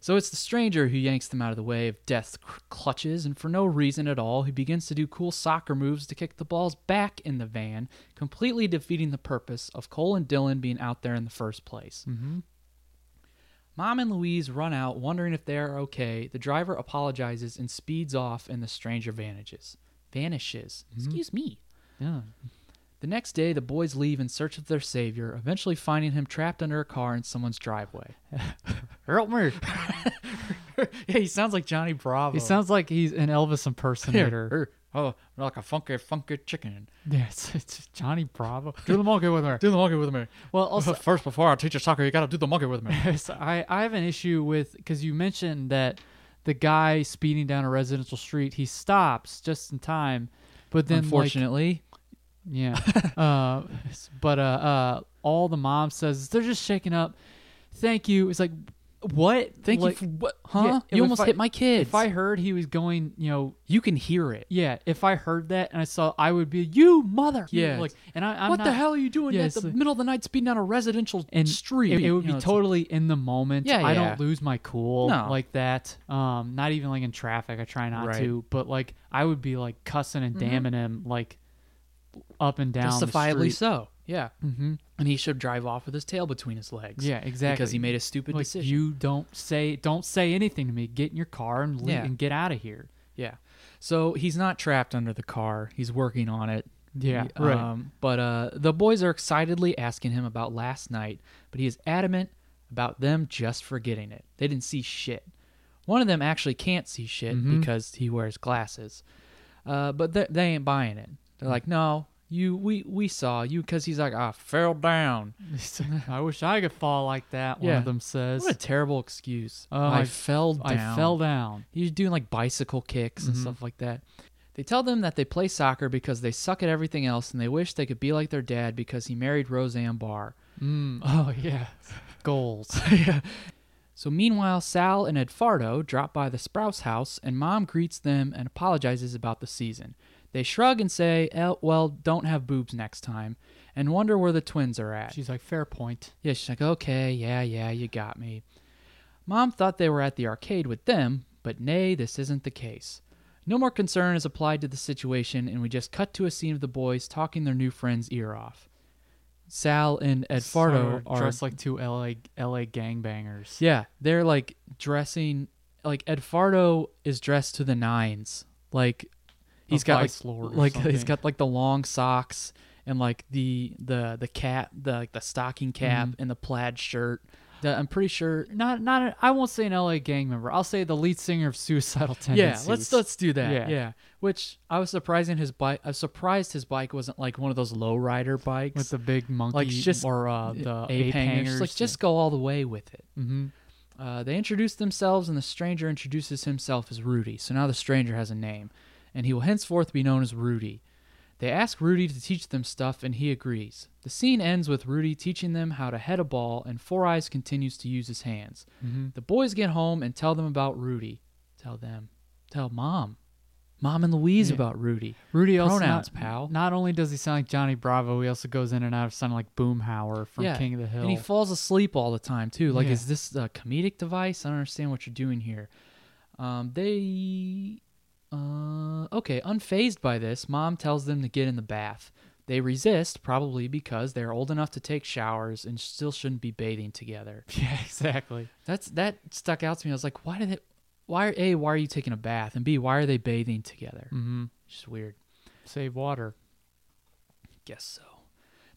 So it's the stranger who yanks them out of the way of death's cr- clutches, and for no reason at all, he begins to do cool soccer moves to kick the balls back in the van, completely defeating the purpose of Cole and Dylan being out there in the first place. Mom and Louise run out, wondering if they are okay. The driver apologizes and speeds off, and the stranger vanishes. Vanishes. Excuse me.
Yeah.
The next day, the boys leave in search of their savior, eventually finding him trapped under a car in someone's driveway.
Help me.
yeah, he sounds like Johnny Bravo.
He sounds like he's an Elvis impersonator.
Er, oh, like a funky, funky chicken.
yeah, it's, it's Johnny Bravo. Do the monkey with her.
Do the monkey with me.
Well, also,
first, before I teach you soccer, you gotta do the monkey with me.
so I, I have an issue with because you mentioned that the guy speeding down a residential street, he stops just in time, but then like,
Unfortunately,
Yeah. uh, s- but uh, uh, all the mom says is they're just shaken up. Thank you. It's like, What?
Thank
Like,
you for what?
yeah,
Huh?
if
you almost
I-
hit my kids.
If I heard he was going, you know,
you can hear it.
yeah. If I heard that and I saw, I would be you mother.
Yeah.
Like, and I, I'm
what the
not-
hell are you doing
Yeah,
at
it's
the
like-
middle of the night speeding down a residential
and
street?
It, it would
You know,
be
it's
totally in the moment.
Yeah,
I
yeah.
don't lose my cool
No.
like that. Um, not even like in traffic. I try not
Right. Mm-hmm.
to, but like I would be like cussing and damning him like up and down. the
justifiably
street.
so. Yeah. Mm-hmm. And he should drive off with his tail between his legs.
Yeah, exactly.
Because he made a stupid
like
decision.
you don't say don't say anything to me. Get in your car and leave
Yeah.
and get out of here.
Yeah. So he's not trapped under the car. He's working on it.
Yeah,
Um,
right.
But uh, the boys are excitedly asking him about last night, but he is adamant about them just forgetting it. They didn't see shit. One of them actually can't see shit
Mm-hmm.
because he wears glasses. Uh, but they, they ain't buying it.
Mm.
They're like, no, you, we, we saw you because he's like, I fell down.
I wish I could fall like that. One
Yeah.
of them says,
What a terrible excuse.
Oh,
I,
I-
fell down.
"I fell down." Mm-hmm.
He's doing like bicycle kicks and stuff like that. They tell them that they play soccer because they suck at everything else and they wish they could be like their dad because he married Roseanne Barr.
Oh yeah, goals.
So meanwhile, Sal and Edfardo drop by the Sprouse house and mom greets them and apologizes about the season. They shrug and say, "Eh, well, don't have boobs next time, and wonder where the twins are at.
She's like, "Fair point."
Yeah, she's like, okay, yeah, yeah, you got me. Mom thought they were at the arcade with them, but nay, this isn't the case. No more concern is applied to the situation, and we just cut to a scene of the boys talking their new friend's ear off. Sal and Ed Fardo are
dressed like two LA LA gangbangers.
yeah, they're like dressing like Ed Fardo is dressed to the nines. Like he's got like,
vice lord or
like he's
something.
got like the long socks and like the the the cap the like the stocking cap and the plaid shirt. Mm-hmm. The, I'm pretty sure.
not not a, I won't say an LA gang member. I'll say the lead singer of Suicidal
Yeah,
Tendencies.
let's let's do that. Yeah.
Yeah.
Which I was surprising his bike. I was surprised his bike wasn't like one of those low rider bikes
with the big monkey
like just
or uh, the ape hangers.
Like just go all the way with it. Mm-hmm. Uh, they introduce themselves, and the stranger introduces himself as Rudy. So now the stranger has a name, and he will henceforth be known as Rudy. They ask Rudy to teach them stuff, and he agrees. The scene ends with Rudy teaching them how to head a ball, and Four Eyes continues to use his hands. The boys get home and tell them about Rudy. Tell them, tell mom, mom and Louise about Rudy.
Rudy also
pronouns,
not,
pal.
Not only does he sound like Johnny Bravo, he also goes in and out of sounding like Boomhauer from King of the Hill.
And he falls asleep all the time too. Like,
Yeah.
is this a comedic device? I don't understand what you're doing here. Um, they, uh, okay, unfazed by this, mom tells them to get in the bath. They resist, probably because they're old enough to take showers and still shouldn't be bathing together.
yeah, exactly.
That's that stuck out to me. I was like, why did it? Why a? Why are you taking a bath? And b? Why are they bathing together? Mm-hmm. Just weird.
Save water.
Guess so.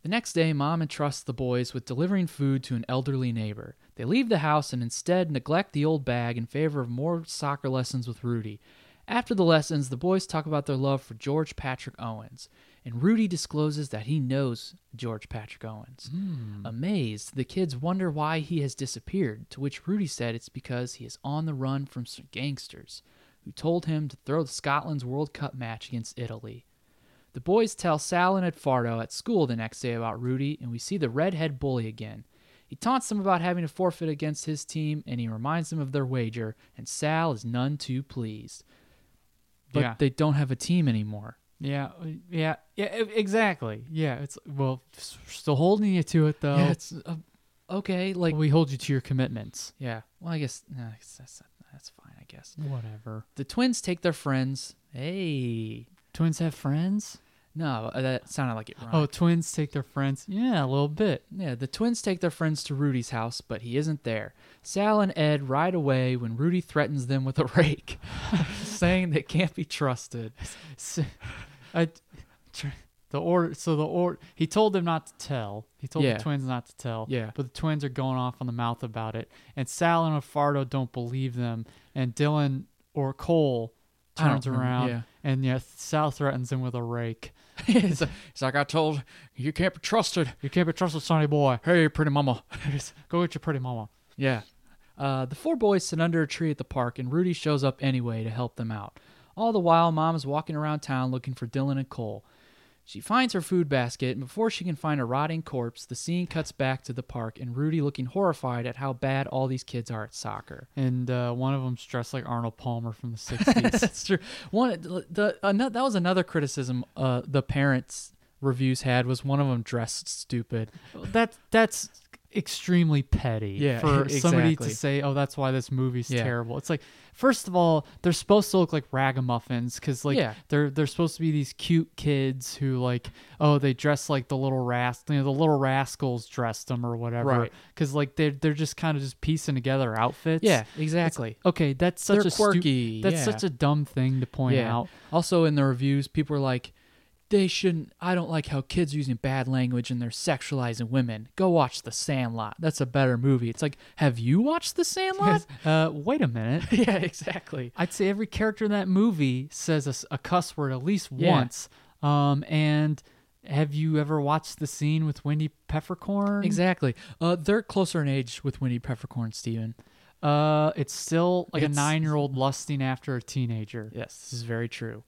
The next day, Mom entrusts the boys with delivering food to an elderly neighbor. They leave the house and instead neglect the old bag in favor of more soccer lessons with Rudy. After the lessons, the boys talk about their love for George Patrick Owens, and Rudy discloses that he knows George Patrick Owens.
Hmm.
Amazed, the kids wonder why he has disappeared, to which Rudy said it's because he is on the run from s- gangsters who told him to throw Scotland's World Cup match against Italy. The boys tell Sal and Edfardo at school the next day about Rudy, and we see the redhead bully again. He taunts them about having to forfeit against his team, and he reminds them of their wager, and Sal is none too pleased. But
Yeah.
they don't have a team anymore.
Yeah, uh, yeah, yeah. e- Exactly. Yeah, it's well, s- still holding you to it though.
Yeah, it's uh, okay. Like,
we hold you to your commitments.
yeah. Well, I guess nah, I guess that's that's fine. I guess
Whatever.
the twins take their friends. Hey,
Twins have friends.
no, uh, that sounded like it. Rhymed.
Oh, twins take their friends. Yeah, a little bit.
Yeah, the twins take their friends to Rudy's house, but he isn't there. Sal and Ed ride away when Rudy threatens them with a rake, saying they can't be trusted.
S- I- tr- the order. So the order. He told them not to tell. He told
Yeah.
the twins not to tell.
Yeah.
But the twins are going off on the mouth about it, and Sal and Afardo don't believe them, and Dylan or Cole
I don't
turns
remember,
around,
yeah.
and yeah, Sal threatens him with a rake.
it's, it's like I told you can't be trusted.
You can't be trusted, Sonny boy.
Hey, pretty mama.
Go get your pretty mama.
Yeah. Uh, the four boys sit under a tree at the park, and Rudy shows up anyway to help them out. All the while, Mom is walking around town looking for Dylan and Cole. She finds her food basket, and before she can find a rotting corpse, the scene cuts back to the park and Rudy looking horrified at how bad all these kids are at soccer.
And uh, one of them's dressed like Arnold Palmer from the 60s.
That's true. One the ano- that was another criticism uh, the parents reviews had was one of them dressed stupid.
that that's extremely petty
Yeah,
for somebody
exactly.
to say, "Oh, that's why this movie's
Yeah.
terrible." It's like, first of all, they're supposed to look like ragamuffins because, like,
Yeah.
they're they're supposed to be these cute kids who, like, oh, they dress like the little rascal, you know, the little rascals dressed them or whatever,
Right.
because like they're they're just kind of just piecing together outfits.
Yeah,
It's-
exactly.
Okay, that's such
They're
a stu-
quirky,
that's
yeah.
such a dumb thing to point out.
Also, in the reviews, people were like, "They shouldn't." I don't like how kids are using bad language and they're sexualizing women. Go watch The Sandlot. That's a better movie. It's like, have you watched The Sandlot?
Uh, wait a minute.
yeah, exactly.
I'd say every character in that movie says a, s- a cuss word at least
Yeah.
once. Um, and have you ever watched the scene with Wendy Peppercorn?
Exactly. Uh, they're closer in age with Winnie Peppercorn, Steven.
Uh, it's still like
It's-
a nine-year-old lusting after a teenager.
Yes, this is very true.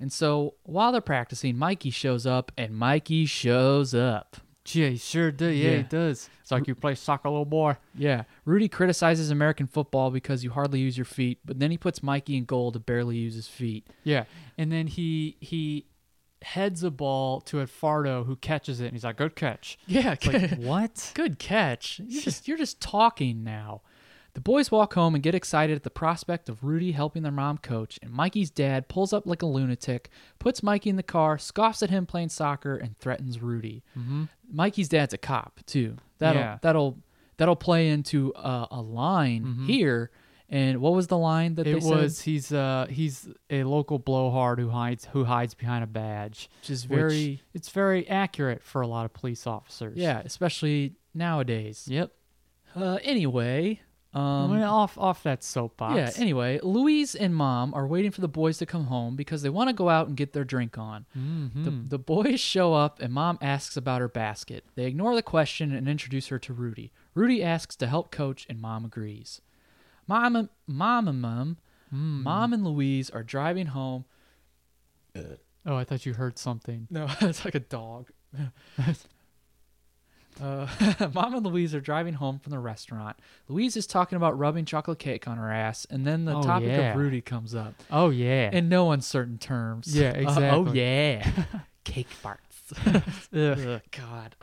And so while they're practicing, Mikey shows up, and Mikey shows up.
Gee, sure do. Yeah,
Yeah.
it does. It's like you play soccer, little boy.
Yeah, Rudy criticizes American football because you hardly use your feet, but then he puts Mikey in goal to barely use his feet.
Yeah, and then he he heads a ball to Edfardo, who catches it, and he's like, "Good catch."
Yeah,
It's like what?
Good catch. You're just you're just talking now. The boys walk home and get excited at the prospect of Rudy helping their mom coach, and Mikey's dad pulls up like a lunatic, puts Mikey in the car, scoffs at him playing soccer, and threatens Rudy. Mm-hmm. Mikey's dad's a cop too. That'll
Yeah.
that'll that'll play into a, a line here. And what was the line that
Mm-hmm. It
they said?
was he's uh he's a local blowhard who hides who hides behind a badge,
Which is very-
it's very accurate for a lot of police officers.
yeah, especially nowadays.
Yep.
Uh, anyway,
I
um,
mean, off off that soapbox.
Yeah, anyway, Louise and mom are waiting for the boys to come home because they want to go out and get their drink on. The, the boys show up and mom asks about her basket. They ignore the question and introduce her to Rudy. Rudy asks to help coach and mom agrees. Mom and mom and mom, mom and Louise are driving home.
oh, I thought you heard something.
No, it's like a dog. uh, Mom and Louise are driving home from the restaurant. Louise is talking about rubbing chocolate cake on her ass, and then the
Oh,
topic
yeah.
of Rudy comes up.
Oh yeah.
in no uncertain terms.
Yeah,
Uh, oh
exactly.
yeah, cake farts. Ugh, God.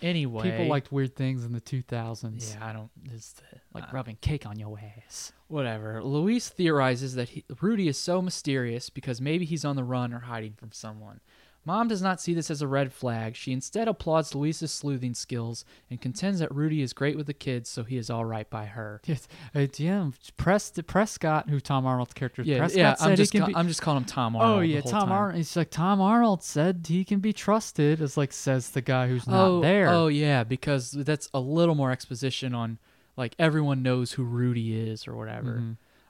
anyway,
people liked weird things in the 2000s.
Yeah, I don't. It's the,
Like
like
rubbing cake on your ass.
whatever. Luis theorizes that he, Rudy is so mysterious because maybe he's on the run or hiding from someone. Mom does not see this as a red flag. She instead applauds Luis's sleuthing skills and contends that Rudy is great with the kids, so he is all right by her.
Yes. Uh, yeah. Prest, Prescott, who Tom Arnold's character
Yeah,
Prescott
yeah.
said
I'm
he
just,
can
ca-
be,
I'm just calling him Tom Arnold.
Oh
the
yeah,
whole
Tom
time.
Arnold. He's like Tom Arnold said he can be trusted. Is like says the guy who's not
oh,
there.
Oh yeah, because that's a little more exposition on like everyone knows who Rudy is or whatever.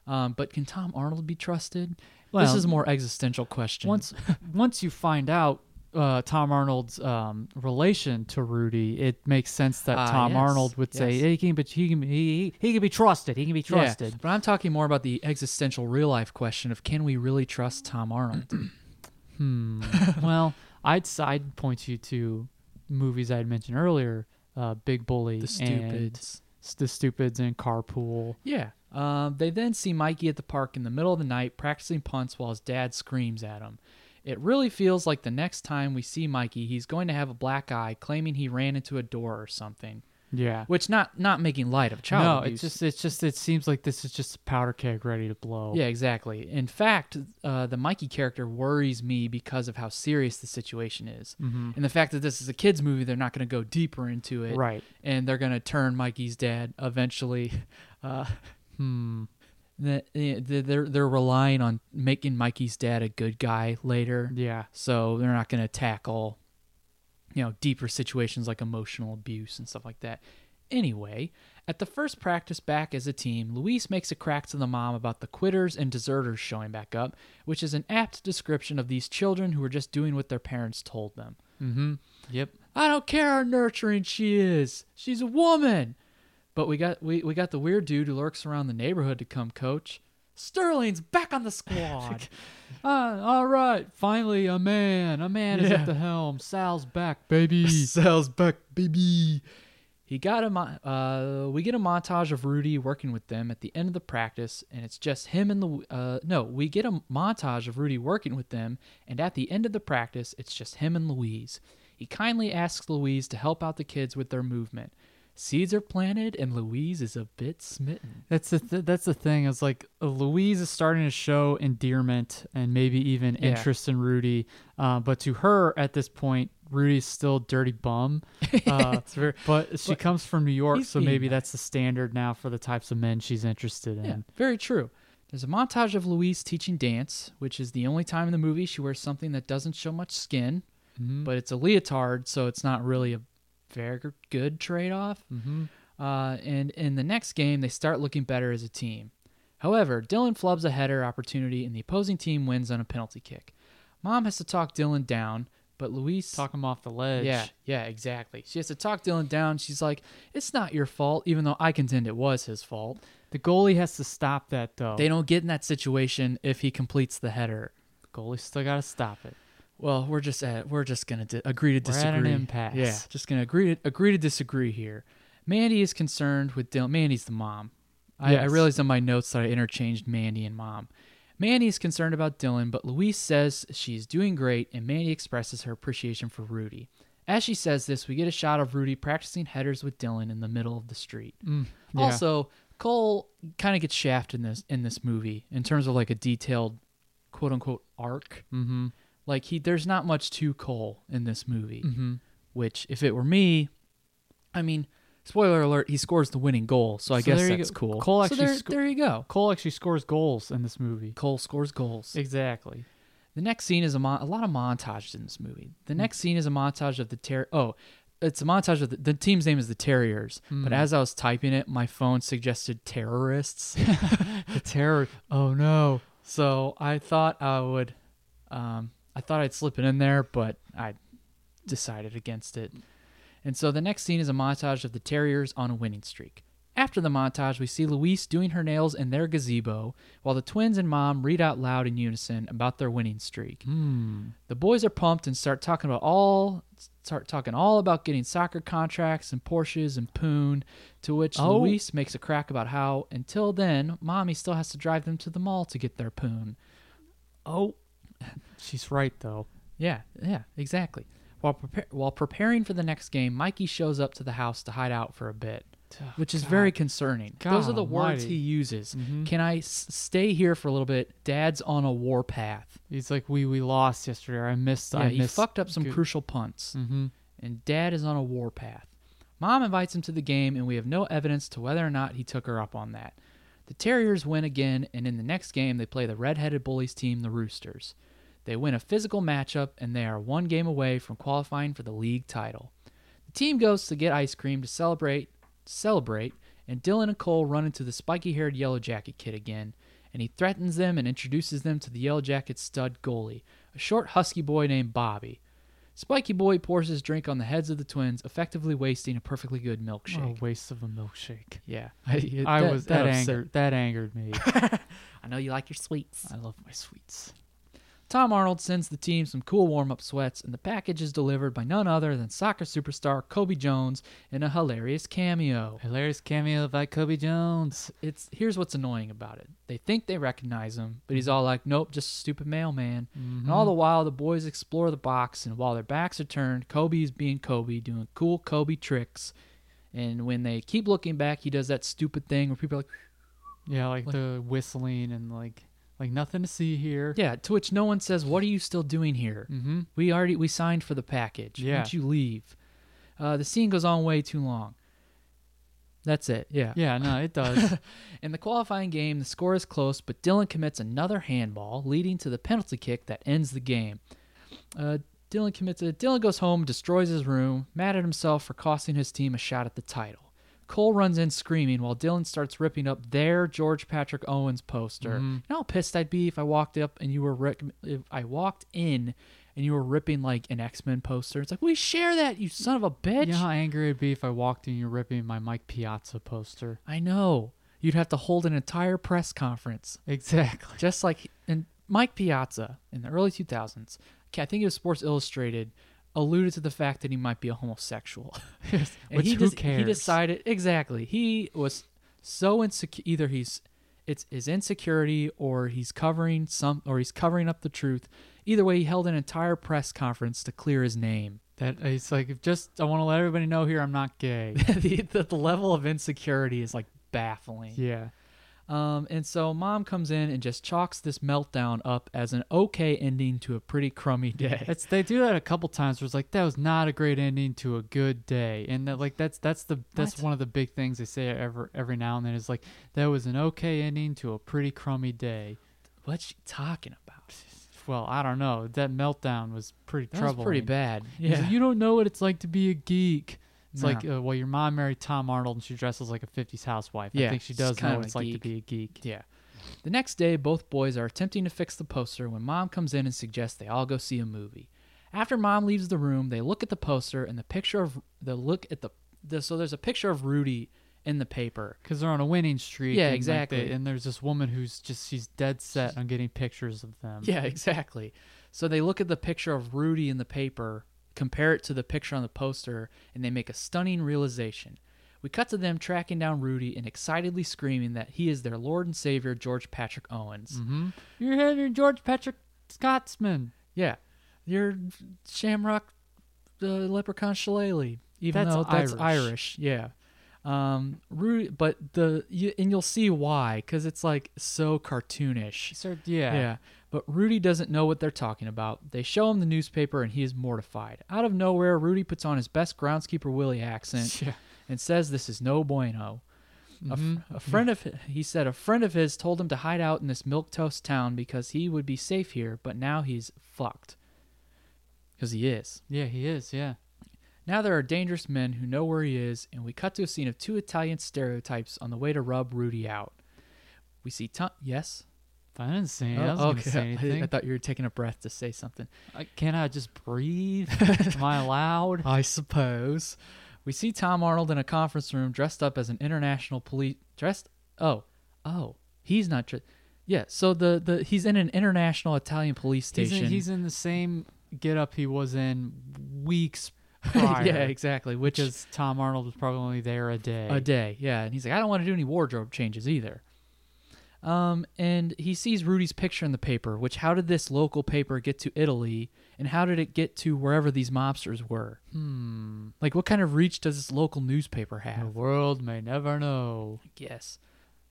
Um, but can Tom Arnold be trusted? this
Mm-hmm. Well,
is a more existential question.
once once you find out uh, Tom Arnold's um, relation to Rudy, it makes sense that
Ah,
Tom
yes,
Arnold would say
yes.
"Hey, he can, but he can, he, he can be trusted. He can be
Yeah,
trusted.
but I'm talking more about the existential real life question of can we really trust Tom Arnold?
well, I'd s- I'd point you to movies I'd mentioned earlier, uh, Big Bully,
the
and
stupids.
s- the stupids, and Carpool.
Yeah. Um, they then see Mikey at the park in the middle of the night practicing punts while his dad screams at him. It really feels like the next time we see Mikey, he's going to have a black eye, claiming he ran into a door or something.
Yeah.
which not not making light of child
No,
abuse.
it's just it's just it seems like this is just a powder keg ready to blow.
yeah, exactly. In fact, uh, the Mikey character worries me because of how serious the situation is,
Mm-hmm.
and the fact that this is a kids movie, they're not going to go deeper into it,
Right.
And they're going to turn Mikey's dad eventually. Uh, hmm. They're they're relying on making Mikey's dad a good guy later.
Yeah.
so they're not going to tackle you know deeper situations like emotional abuse and stuff like that anyway at the first practice back as a team luis makes a crack to the mom about the quitters and deserters showing back up which is an apt description of these children who are just doing what their parents told them
Yep.
i don't care how nurturing she is she's a woman but we got we, we got the weird dude who lurks around the neighborhood to come coach Sterling's back on the squad.
"Ah, all right, finally a man. A man is
Yeah.
at the helm. Sal's back, baby.
Sal's back, baby. He got a mon- uh, we get a montage of Rudy working with them at the end of the practice, and it's just him and the uh, no. We get a montage of Rudy working with them, and at the end of the practice, it's just him and Louise. He kindly asks Louise to help out the kids with their movement. Seeds are planted, and Louise is a bit smitten.
That's the th- that's the thing. Is like uh, Louise is starting to show endearment and maybe even
Yeah.
interest in Rudy, uh, but to her at this point, Rudy's still dirty bum. Uh,
It's very-
but she comes from New York,
he's
so
being
maybe
nice.
that's the standard now for the types of men she's interested in.
Yeah, very true. There's a montage of Louise teaching dance, which is the only time in the movie she wears something that doesn't show much skin, but it's a leotard, so it's not really a very good trade off. Mm-hmm. Uh, and in the next game, they start looking better as a team. However, Dylan flubs a header opportunity, and the opposing team wins on a penalty kick. Mom has to talk Dylan down, but Louise
Talk him off the ledge.
yeah, yeah, exactly. She has to talk Dylan down. She's like, "It's not your fault," even though I contend it was his fault.
The goalie has to stop that though.
They don't get in that situation if he completes the header.
goalie still got to stop it.
Well, we're just at we're just gonna di- agree to
We're
disagree.
at an impasse.
Yeah, just gonna agree to agree to disagree here. Mandy is concerned with Dylan. Mandy's the mom. I, I
Yes.
realized on my notes that I interchanged Mandy and mom. Mandy is concerned about Dylan, but Louise says she's doing great, and Mandy expresses her appreciation for Rudy. As she says this, we get a shot of Rudy practicing headers with Dylan in the middle of the street.
Mm, yeah.
Also, Cole kind of gets shafted in this in this movie in terms of like a detailed quote unquote arc. Mm-hmm. Like he, there's not much to Cole in this movie.
Mm-hmm.
Which, if it were me, I mean, spoiler alert, he scores the winning goal, so I
So
guess
there you
that's
go.
cool.
Cole
so
actually
there,
sco-
there you go.
Cole actually scores goals in this movie.
Cole scores goals.
Exactly.
The next scene is a, mon- a lot of montages in this movie. The
Mm.
next scene is a montage of the ter. Oh, it's a montage of the, the team's name is the Terriers.
Mm.
But as I was typing it, my phone suggested terrorists.
The terror. Oh no.
So I thought I would, um, I thought I'd slip it in there, but I decided against it. And so the next scene is a montage of the Terriers on a winning streak. After the montage, we see Luis doing her nails in their gazebo while the twins and mom read out loud in unison about their winning streak. The boys are pumped and start talking about all start talking all about getting soccer contracts and Porsches and poon, to which
Oh.
Luis makes a crack about how until then, mommy still has to drive them to the mall to get their poon.
Oh. She's right though.
Yeah, yeah, exactly. While prepar while preparing for the next game, Mikey shows up to the house to hide out for a bit, which is very concerning. Those are the
God
words
almighty.
he uses. Can I s- stay here for a little bit? Dad's on a war path.
He's like, we we lost yesterday. or I missed.
Yeah,
I
he
missed.
fucked up some
good-
crucial punts, and Dad is on a war path. Mom invites him to the game, and we have no evidence to whether or not he took her up on that. The Terriers win again, and in the next game, they play the red-headed bullies team, the Roosters. They win a physical matchup, and they are one game away from qualifying for the league title. The team goes to get ice cream to celebrate. Celebrate, and Dylan and Cole run into the spiky-haired Yellow Jacket kid again, and he threatens them and introduces them to the Yellow Jacket's stud goalie, a short husky boy named Bobby. Spiky Boy pours his drink on the heads of the twins, effectively wasting a perfectly good
What
milkshake.
a oh, waste of a milkshake.
Yeah, I,
I was that,
upset-
angered. That angered me.
I know you like your sweets.
I love my sweets.
Tom Arnold sends the team some cool warm up sweats, and the package is delivered by none other than soccer superstar Kobe Jones in a hilarious cameo.
Hilarious cameo by Kobe Jones.
It's here's what's annoying about it. They think they recognize him, but he's all like, "Nope, just a stupid mailman." And all the while, the boys explore the box, and while their backs are turned, Kobe is being Kobe, doing cool Kobe tricks. And when they keep looking back, he does that stupid thing where people are like,
Yeah, like, the whistling and like like nothing to see here.
Yeah, to which no one says, "What are you still doing here? Mm-hmm. We already we signed for the package. Why
Yeah.
don't you leave?" Uh, the scene goes on way too long. That's it. Yeah.
Yeah, no, it does.
In the qualifying game, the score is close, but Dylan commits another handball, leading to the penalty kick that ends the game. Uh, Dylan commits it. Dylan goes home, destroys his room, mad at himself for costing his team a shot at the title. Cole runs in screaming while Dylan starts ripping up their George Patrick Owens poster. You know how pissed I'd be if I walked up and you were rick if I walked in and you were ripping like an X Men poster. It's like we share that, you son of a bitch.
you know how angry I'd be if I walked in you ripping my Mike Piazza poster.
I know. you'd have to hold an entire press conference,
Exactly.
just like and Mike Piazza in the early 2000s. I think it was Sports Illustrated alluded to the fact that he might be a homosexual. And
Which
he
who
des-
cares?
He decided exactly. He was so insecure. Either he's it's his insecurity, or he's covering some, or he's covering up the truth. Either way, he held an entire press conference to clear his name.
that it's like if just I want to let everybody know here I'm not gay.
the, the, the level of insecurity is like baffling.
yeah.
Um, and so mom comes in and just chalks this meltdown up as an okay ending to a pretty crummy day.
It's they do that a couple times where it's like that was not a great ending to a good day. And that like that's that's the that's
What?
one of the big things they say ever every now and then is like that was an okay ending to a pretty crummy day.
What's she talking about?
Well, I don't know. That meltdown was pretty
That
troubling.
was pretty bad.
He's like, you don't know what it's like to be a geek. It's
No.
like, uh, well, your mom married Tom Arnold and she dresses like a 50s housewife. I
Yeah,
think she
she's
does
kind of
know what
a
it's like to
geek.
be a geek.
Yeah. The next day, both boys are attempting to fix the poster when mom comes in and suggests they all go see a movie. After mom leaves the room, they look at the poster and the picture of the look at the, the so there's a picture of Rudy in the paper.
Because they're on a winning streak.
Yeah,
and, like,
exactly.
they- and there's this woman who's just, she's dead set on getting pictures of them.
Yeah, exactly. So they look at the picture of Rudy in the paper, compare it to the picture on the poster, and they make a stunning realization. We cut to them tracking down Rudy and excitedly screaming that he is their Lord and Savior, George Patrick Owens.
You're having George Patrick Scotsman.
Yeah, your Shamrock, the Leprechaun Shillelagh. Even
That's
though that's
Irish.
Irish, yeah. Um, Rudy, but the you, and you'll see why, because it's like so cartoonish.
He started, yeah.
Yeah. But Rudy doesn't know what they're talking about. They show him the newspaper and he is mortified. Out of nowhere, Rudy puts on his best groundskeeper Willie accent
Yeah. Mm-hmm.
and says this is no bueno. A f- A, friend of hi- he said a friend of his told him to hide out in this milk toast town because he would be safe here, but now he's fucked. Cuz he is.
Yeah, he is. Yeah.
Now there are dangerous men who know where he is, and we cut to a scene of two Italian stereotypes on the way to rub Rudy out. We see Tom. Yes.
I didn't say anything. I
Oh,
was going to say
I- I,
anything.
thought you were taking a breath to say something.
Uh, Can I just breathe? Am I allowed?
I suppose. We see Tom Arnold in a conference room dressed up as an international police dressed oh, oh, he's not dressed. Yeah, so the the he's in an international Italian police
He's
station.
in, he's in the same get up he was in weeks prior.
yeah, exactly, which is
because Tom Arnold was probably only there a day.
a day. Yeah, and he's like I don't want to do any wardrobe changes either. Um and he sees Rudy's picture in the paper, which how did this local paper get to Italy and how did it get to wherever these mobsters were? Hmm. Like what kind of reach does this local newspaper have?
The world may never know.
Yes.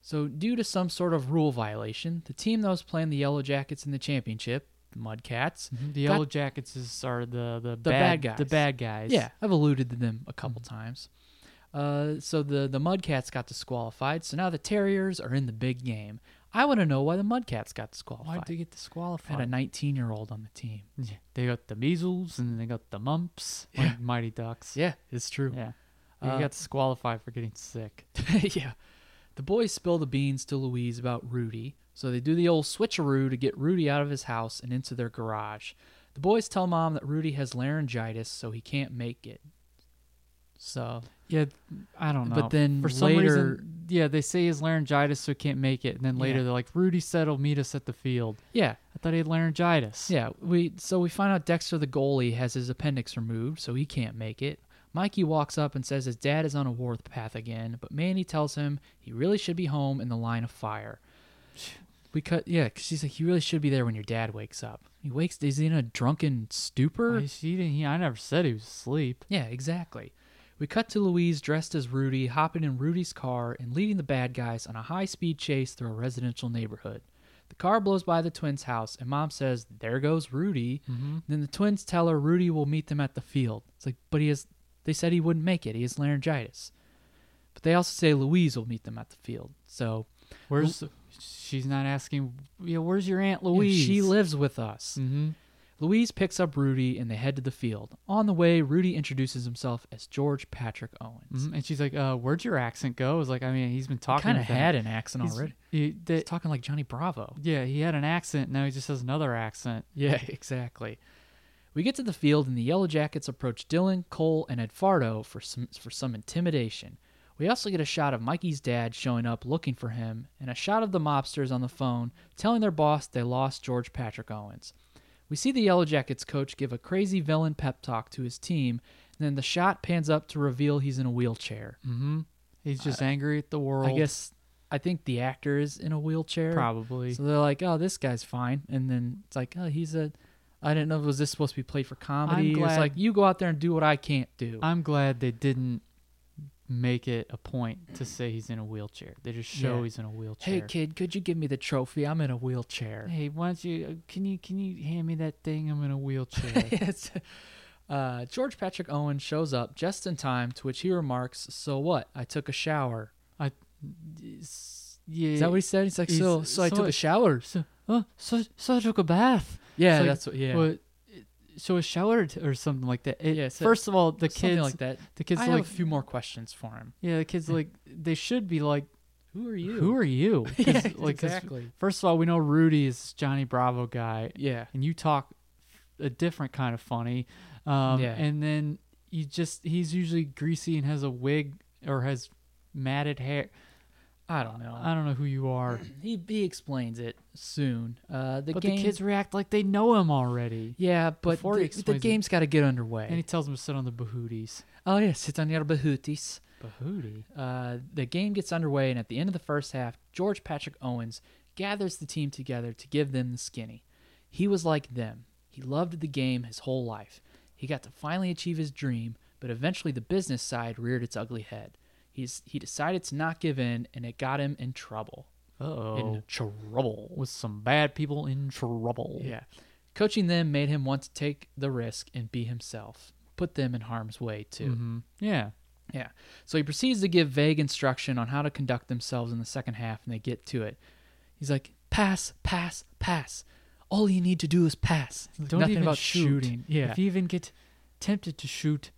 So, due to some sort of rule violation, the team that was playing the Yellow Jackets in the championship, the Mudcats,
Mm-hmm. The
got-
Yellow Jackets is, are the the,
The bad
The
guys.
bad guys. Mm-hmm.
yeah, I've alluded to them a couple times. Uh, so the the Mudcats got disqualified. So now the Terriers are in the big game. I want to know why the Mudcats got disqualified.
Why did they get disqualified?
had a 19 year old on the team.
Yeah, They got the measles and they got the mumps. Yeah. Mighty Ducks.
Yeah, Uh, it's true.
Yeah. They got disqualified for getting sick.
yeah. The boys spill the beans to Louise about Rudy, so they do the old switcheroo to get Rudy out of his house and into their garage. The boys tell mom that Rudy has laryngitis, so he can't make it. So,
Yeah, I don't know.
But then
for some
later-
reason, yeah, they say his laryngitis, so he can't make it. And then later
Yeah.
they're like, Rudy said he'll meet us at the field.
yeah,
I thought he had laryngitis.
yeah, we so we find out Dexter the goalie has his appendix removed, so he can't make it. Mikey walks up and says his dad is on a war path again, but Manny tells him he really should be home in the line of fire. We cut, yeah, 'cause she's like, you really should be there when your dad wakes up. He wakes, is he in a drunken stupor?
I, she didn't, he, I never said he was asleep.
Yeah, exactly. We cut to Louise dressed as Rudy, hopping in Rudy's car and leading the bad guys on a high speed chase through a residential neighborhood. The car blows by the twins' house, and mom says, There goes Rudy. Then the twins tell her Rudy will meet them at the field. It's like, but he has, they said he wouldn't make it. He has laryngitis. But they also say Louise will meet them at the field. So
Where's she's not asking? Yeah, where's your aunt
you know,
Louise?
she lives with us.
Mm-hmm.
Louise picks up Rudy, and they head to the field. On the way, Rudy introduces himself as George Patrick Owens.
And she's like, uh, "Where'd your accent go?" I was like, "I mean, he's been talking.
kind of
with them.
had an accent
He's-
already.
He,
He's
that-
talking like Johnny Bravo.
yeah, he had an accent. Now he just has another accent.
Yeah, exactly. We get to the field and the Yellow Jackets approach Dylan, Cole, and Edfardo for some for some intimidation. We also get a shot of Mikey's dad showing up looking for him, and a shot of the mobsters on the phone telling their boss they lost George Patrick Owens. We see the Yellow Jackets coach give a crazy villain pep talk to his team, and then the shot pans up to reveal he's in a wheelchair.
He's just angry at the world.
I guess I think the actor is in a wheelchair.
Probably.
So they're like, "Oh, this guy's fine," and then it's like, "Oh, he's a." I didn't know was this supposed to be played for comedy. It's
glad-
like you go out there and do what I can't do.
I'm glad they didn't make it a point to say he's in a wheelchair. They just show
Yeah.
he's in a wheelchair.
hey kid, could you give me the trophy? I'm in a wheelchair.
Hey, why don't you? uh, Can you can you hand me that thing? I'm in a wheelchair.
It's- uh, George Patrick Owen shows up just in time, to which he remarks, "So what? I took a shower."
I, yeah.
Is that what he said? He's like,
He's-
"So, so I
so
took
I-
a shower."
So, oh, so so I took a bath.
Yeah,
It's like,
that's what. Yeah,
well, it- so a shower t- or something like that. It-
Yeah, so-
first of all, the
something
kids
like that.
The kids
I
like
have a few more questions for him.
yeah, the kids like they should be like,
Who are you?
who are you? 'Cause,
Yeah,
like, 'cause
exactly.
First of all, we know Rudy is Johnny Bravo guy,
Yeah.
and you talk a different kind of funny. Um,
Yeah.
And then you just he's usually greasy and has a wig or has matted hair.
I don't know.
I don't know who you are,
Um, he he explains it soon. Uh, the
but
game,
the kids react like they know him already.
yeah, but the,
before he
the
explains it-
game's got to get underway.
And he tells them to sit on the bahooties.
oh yeah, sit on your behutis.
Bahootie.
Uh, the game gets underway, and at the end of the first half, George Patrick Owens gathers the team together to give them the skinny. He was like them. He loved the game his whole life. He got to finally achieve his dream, but eventually the business side reared its ugly head. He's, he decided to not give in, and it got him in trouble.
Uh oh.
In trouble.
With some bad people in trouble.
Yeah. Coaching them made him want to take the risk and be himself, put them in harm's way, too.
Yeah.
Yeah. So he proceeds to give vague instruction on how to conduct themselves in the second half, and they get to it. He's like, pass, pass, pass. All you need to do is pass.
Don't
Nothing
even
about
shoot.
shooting. Yeah.
If you even get tempted to shoot,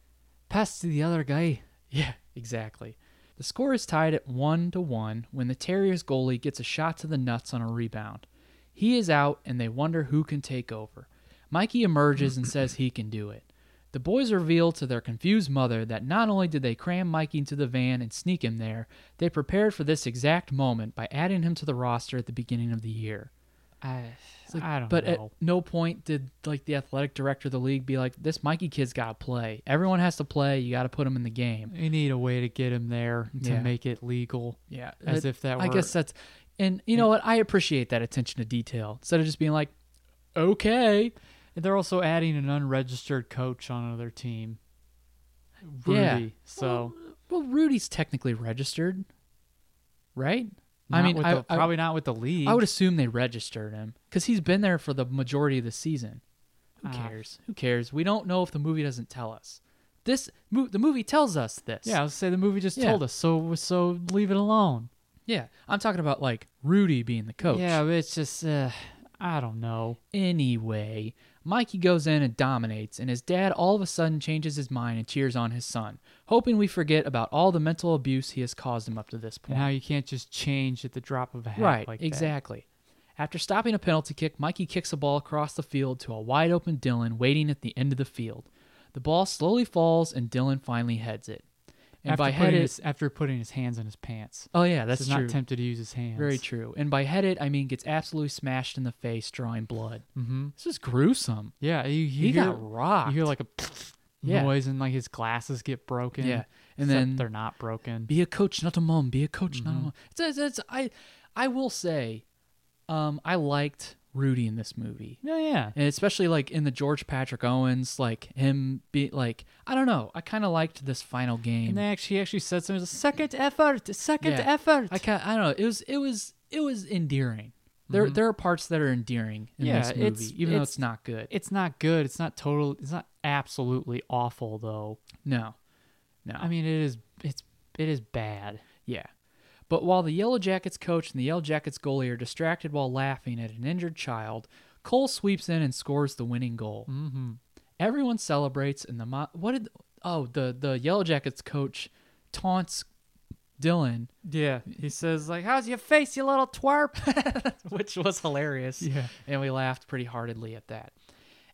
pass to the other guy.
Yeah, exactly. The score is tied at one to one when the Terriers goalie gets a shot to the nuts on a rebound. He is out, and they wonder who can take over. Mikey emerges and says he can do it. The boys reveal to their confused mother that not only did they cram Mikey into the van and sneak him there, they prepared for this exact moment by adding him to the roster at the beginning of the year.
I,
It's like,
I don't
but
know.
at no point did like the athletic director of the league be like, "This Mikey kid's got to play. Everyone has to play. You got to put him in the game."
You need a way to get him there to
Yeah.
make it legal.
Yeah,
As if that
I
were-
guess that's, and you know what? I appreciate that attention to detail instead of just being like, okay,
And they're also adding an unregistered coach on another team. Rudy.
Yeah.
So
well, Rudy's technically registered, right? I
not
mean,
with
I,
the-
I-
probably not with the league.
I would assume they registered him because he's been there for the majority of the season. Who
Ah.
cares? Who cares? We don't know if the movie doesn't tell us. This mo- the movie tells us this.
yeah, I would say the movie just
Yeah.
told us, so so leave it alone.
yeah. I'm talking about like Rudy being the coach.
Yeah, but it's just uh, I don't know.
Anyway, Mikey goes in and dominates, and his dad all of a sudden changes his mind and cheers on his son, hoping we forget about all the mental abuse he has caused him up to this
And
point.
how you can't just change at the drop of a hat.
right,
like that.
exactly. After stopping a penalty kick, Mikey kicks a ball across the field to a wide open Dylan waiting at the end of the field. The ball slowly falls, and Dylan finally heads it. And
after
by
putting
head it,
his, after putting his hands in his pants.
oh yeah, that's
he's
true.
not tempted to use his hands.
Very true. And by head it, I mean gets absolutely smashed in the face, drawing blood. Mm-hmm. This is gruesome.
Yeah, you, you
He
hear,
got rocked.
You hear like a
Yeah.
noise and like his glasses get broken.
Yeah, and
Except
then-
they're not broken.
be a coach, not a mom. Be a coach, not
Mm-hmm.
a mom. It's, it's, it's- I, I will say, um, I liked Rudy in this movie,
yeah, yeah.
and especially like in the George Patrick Owens, like him be like, I don't know, I kind of liked this final game.
And they actually, he actually said something. Second effort, second
Yeah.
effort.
I kind, I don't know, it was, it was, it was endearing. There, there are parts that are endearing in
Mm-hmm. Yeah,
this movie,
it's-
even though
it's-
it's not good.
it's not good. It's not total. It's not absolutely awful though.
no, no.
I mean, it is. It's it is bad.
Yeah. But while the Yellow Jackets coach and the Yellow Jackets goalie are distracted while laughing at an injured child, Cole sweeps in and scores the winning goal. Mm-hmm. Everyone celebrates, and the mo- what did oh the the Yellow Jackets coach taunts Dylan,
Yeah, he says like, "How's your face, you little twerp?"
which was hilarious.
Yeah.
and we laughed pretty heartedly at that.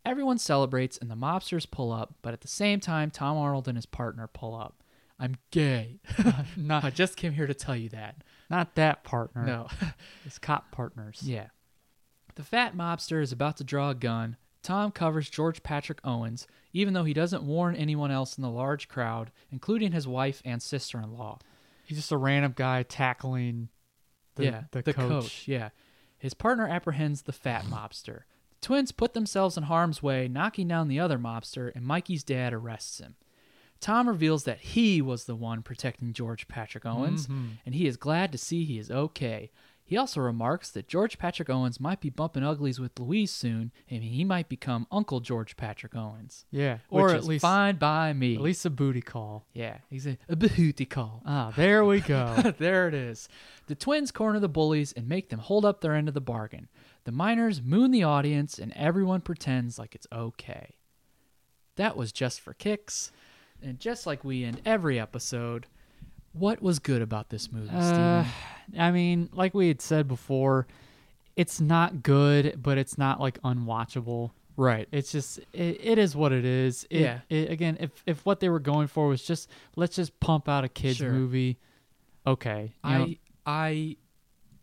Everyone celebrates, and the mobsters pull up, but at the same time, Tom Arnold and his partner pull up. I'm gay. I
Not
just came here to tell you that.
not that partner.
No.
It's cop partners.
Yeah. The fat mobster is about to draw a gun. Tom covers George Patrick Owens, even though he doesn't warn anyone else in the large crowd, including his wife and sister in law.
He's just a random guy tackling the,
yeah,
the, coach.
Yeah. His partner apprehends the fat mobster. The twins put themselves in harm's way, knocking down the other mobster, and Mikey's dad arrests him. Tom reveals that he was the one protecting George Patrick Owens, and he is glad to see he is okay. He also remarks that George Patrick Owens might be bumping uglies with Louise soon, and he might become Uncle George Patrick Owens.
Yeah.
Which
Or at
is
least
fine by me.
at least a booty call.
yeah, he's a, a behooty call.
Ah, there we go.
there it is. The twins corner the bullies and make them hold up their end of the bargain. The miners moon the audience, and everyone pretends like it's okay. That was just for kicks. And just like we end every episode, what was good about this movie,
Uh,
Steven?
I mean, like we had said before, it's not good, but it's not like unwatchable.
Right.
It's just it, it is what it is. It,
Yeah.
It, again, if if what they were going for was just let's just pump out a kids
Sure.
movie, okay. you know,
I I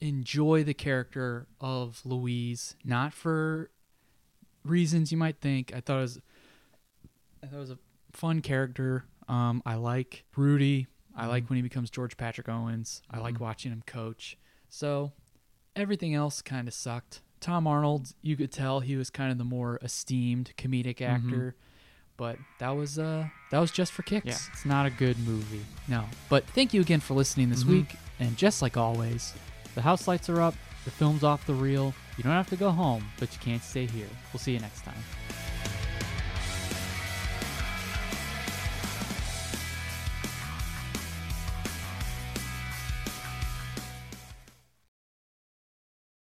enjoy the character of Louise, not for reasons you might think. I thought it was I thought it was a fun character. Um, I like Rudy. I
Mm-hmm.
like when he becomes George Patrick Owens. I like watching him coach. So everything else kind of sucked. Tom Arnold, you could tell he was kind of the more esteemed comedic
Mm-hmm.
actor, but that was uh that was just for kicks.
yeah, it's not a good movie.
No. But thank you again for listening this week. And just like always,
The house lights are up. The film's off the reel. You don't have to go home, but you can't stay here. We'll see you next time.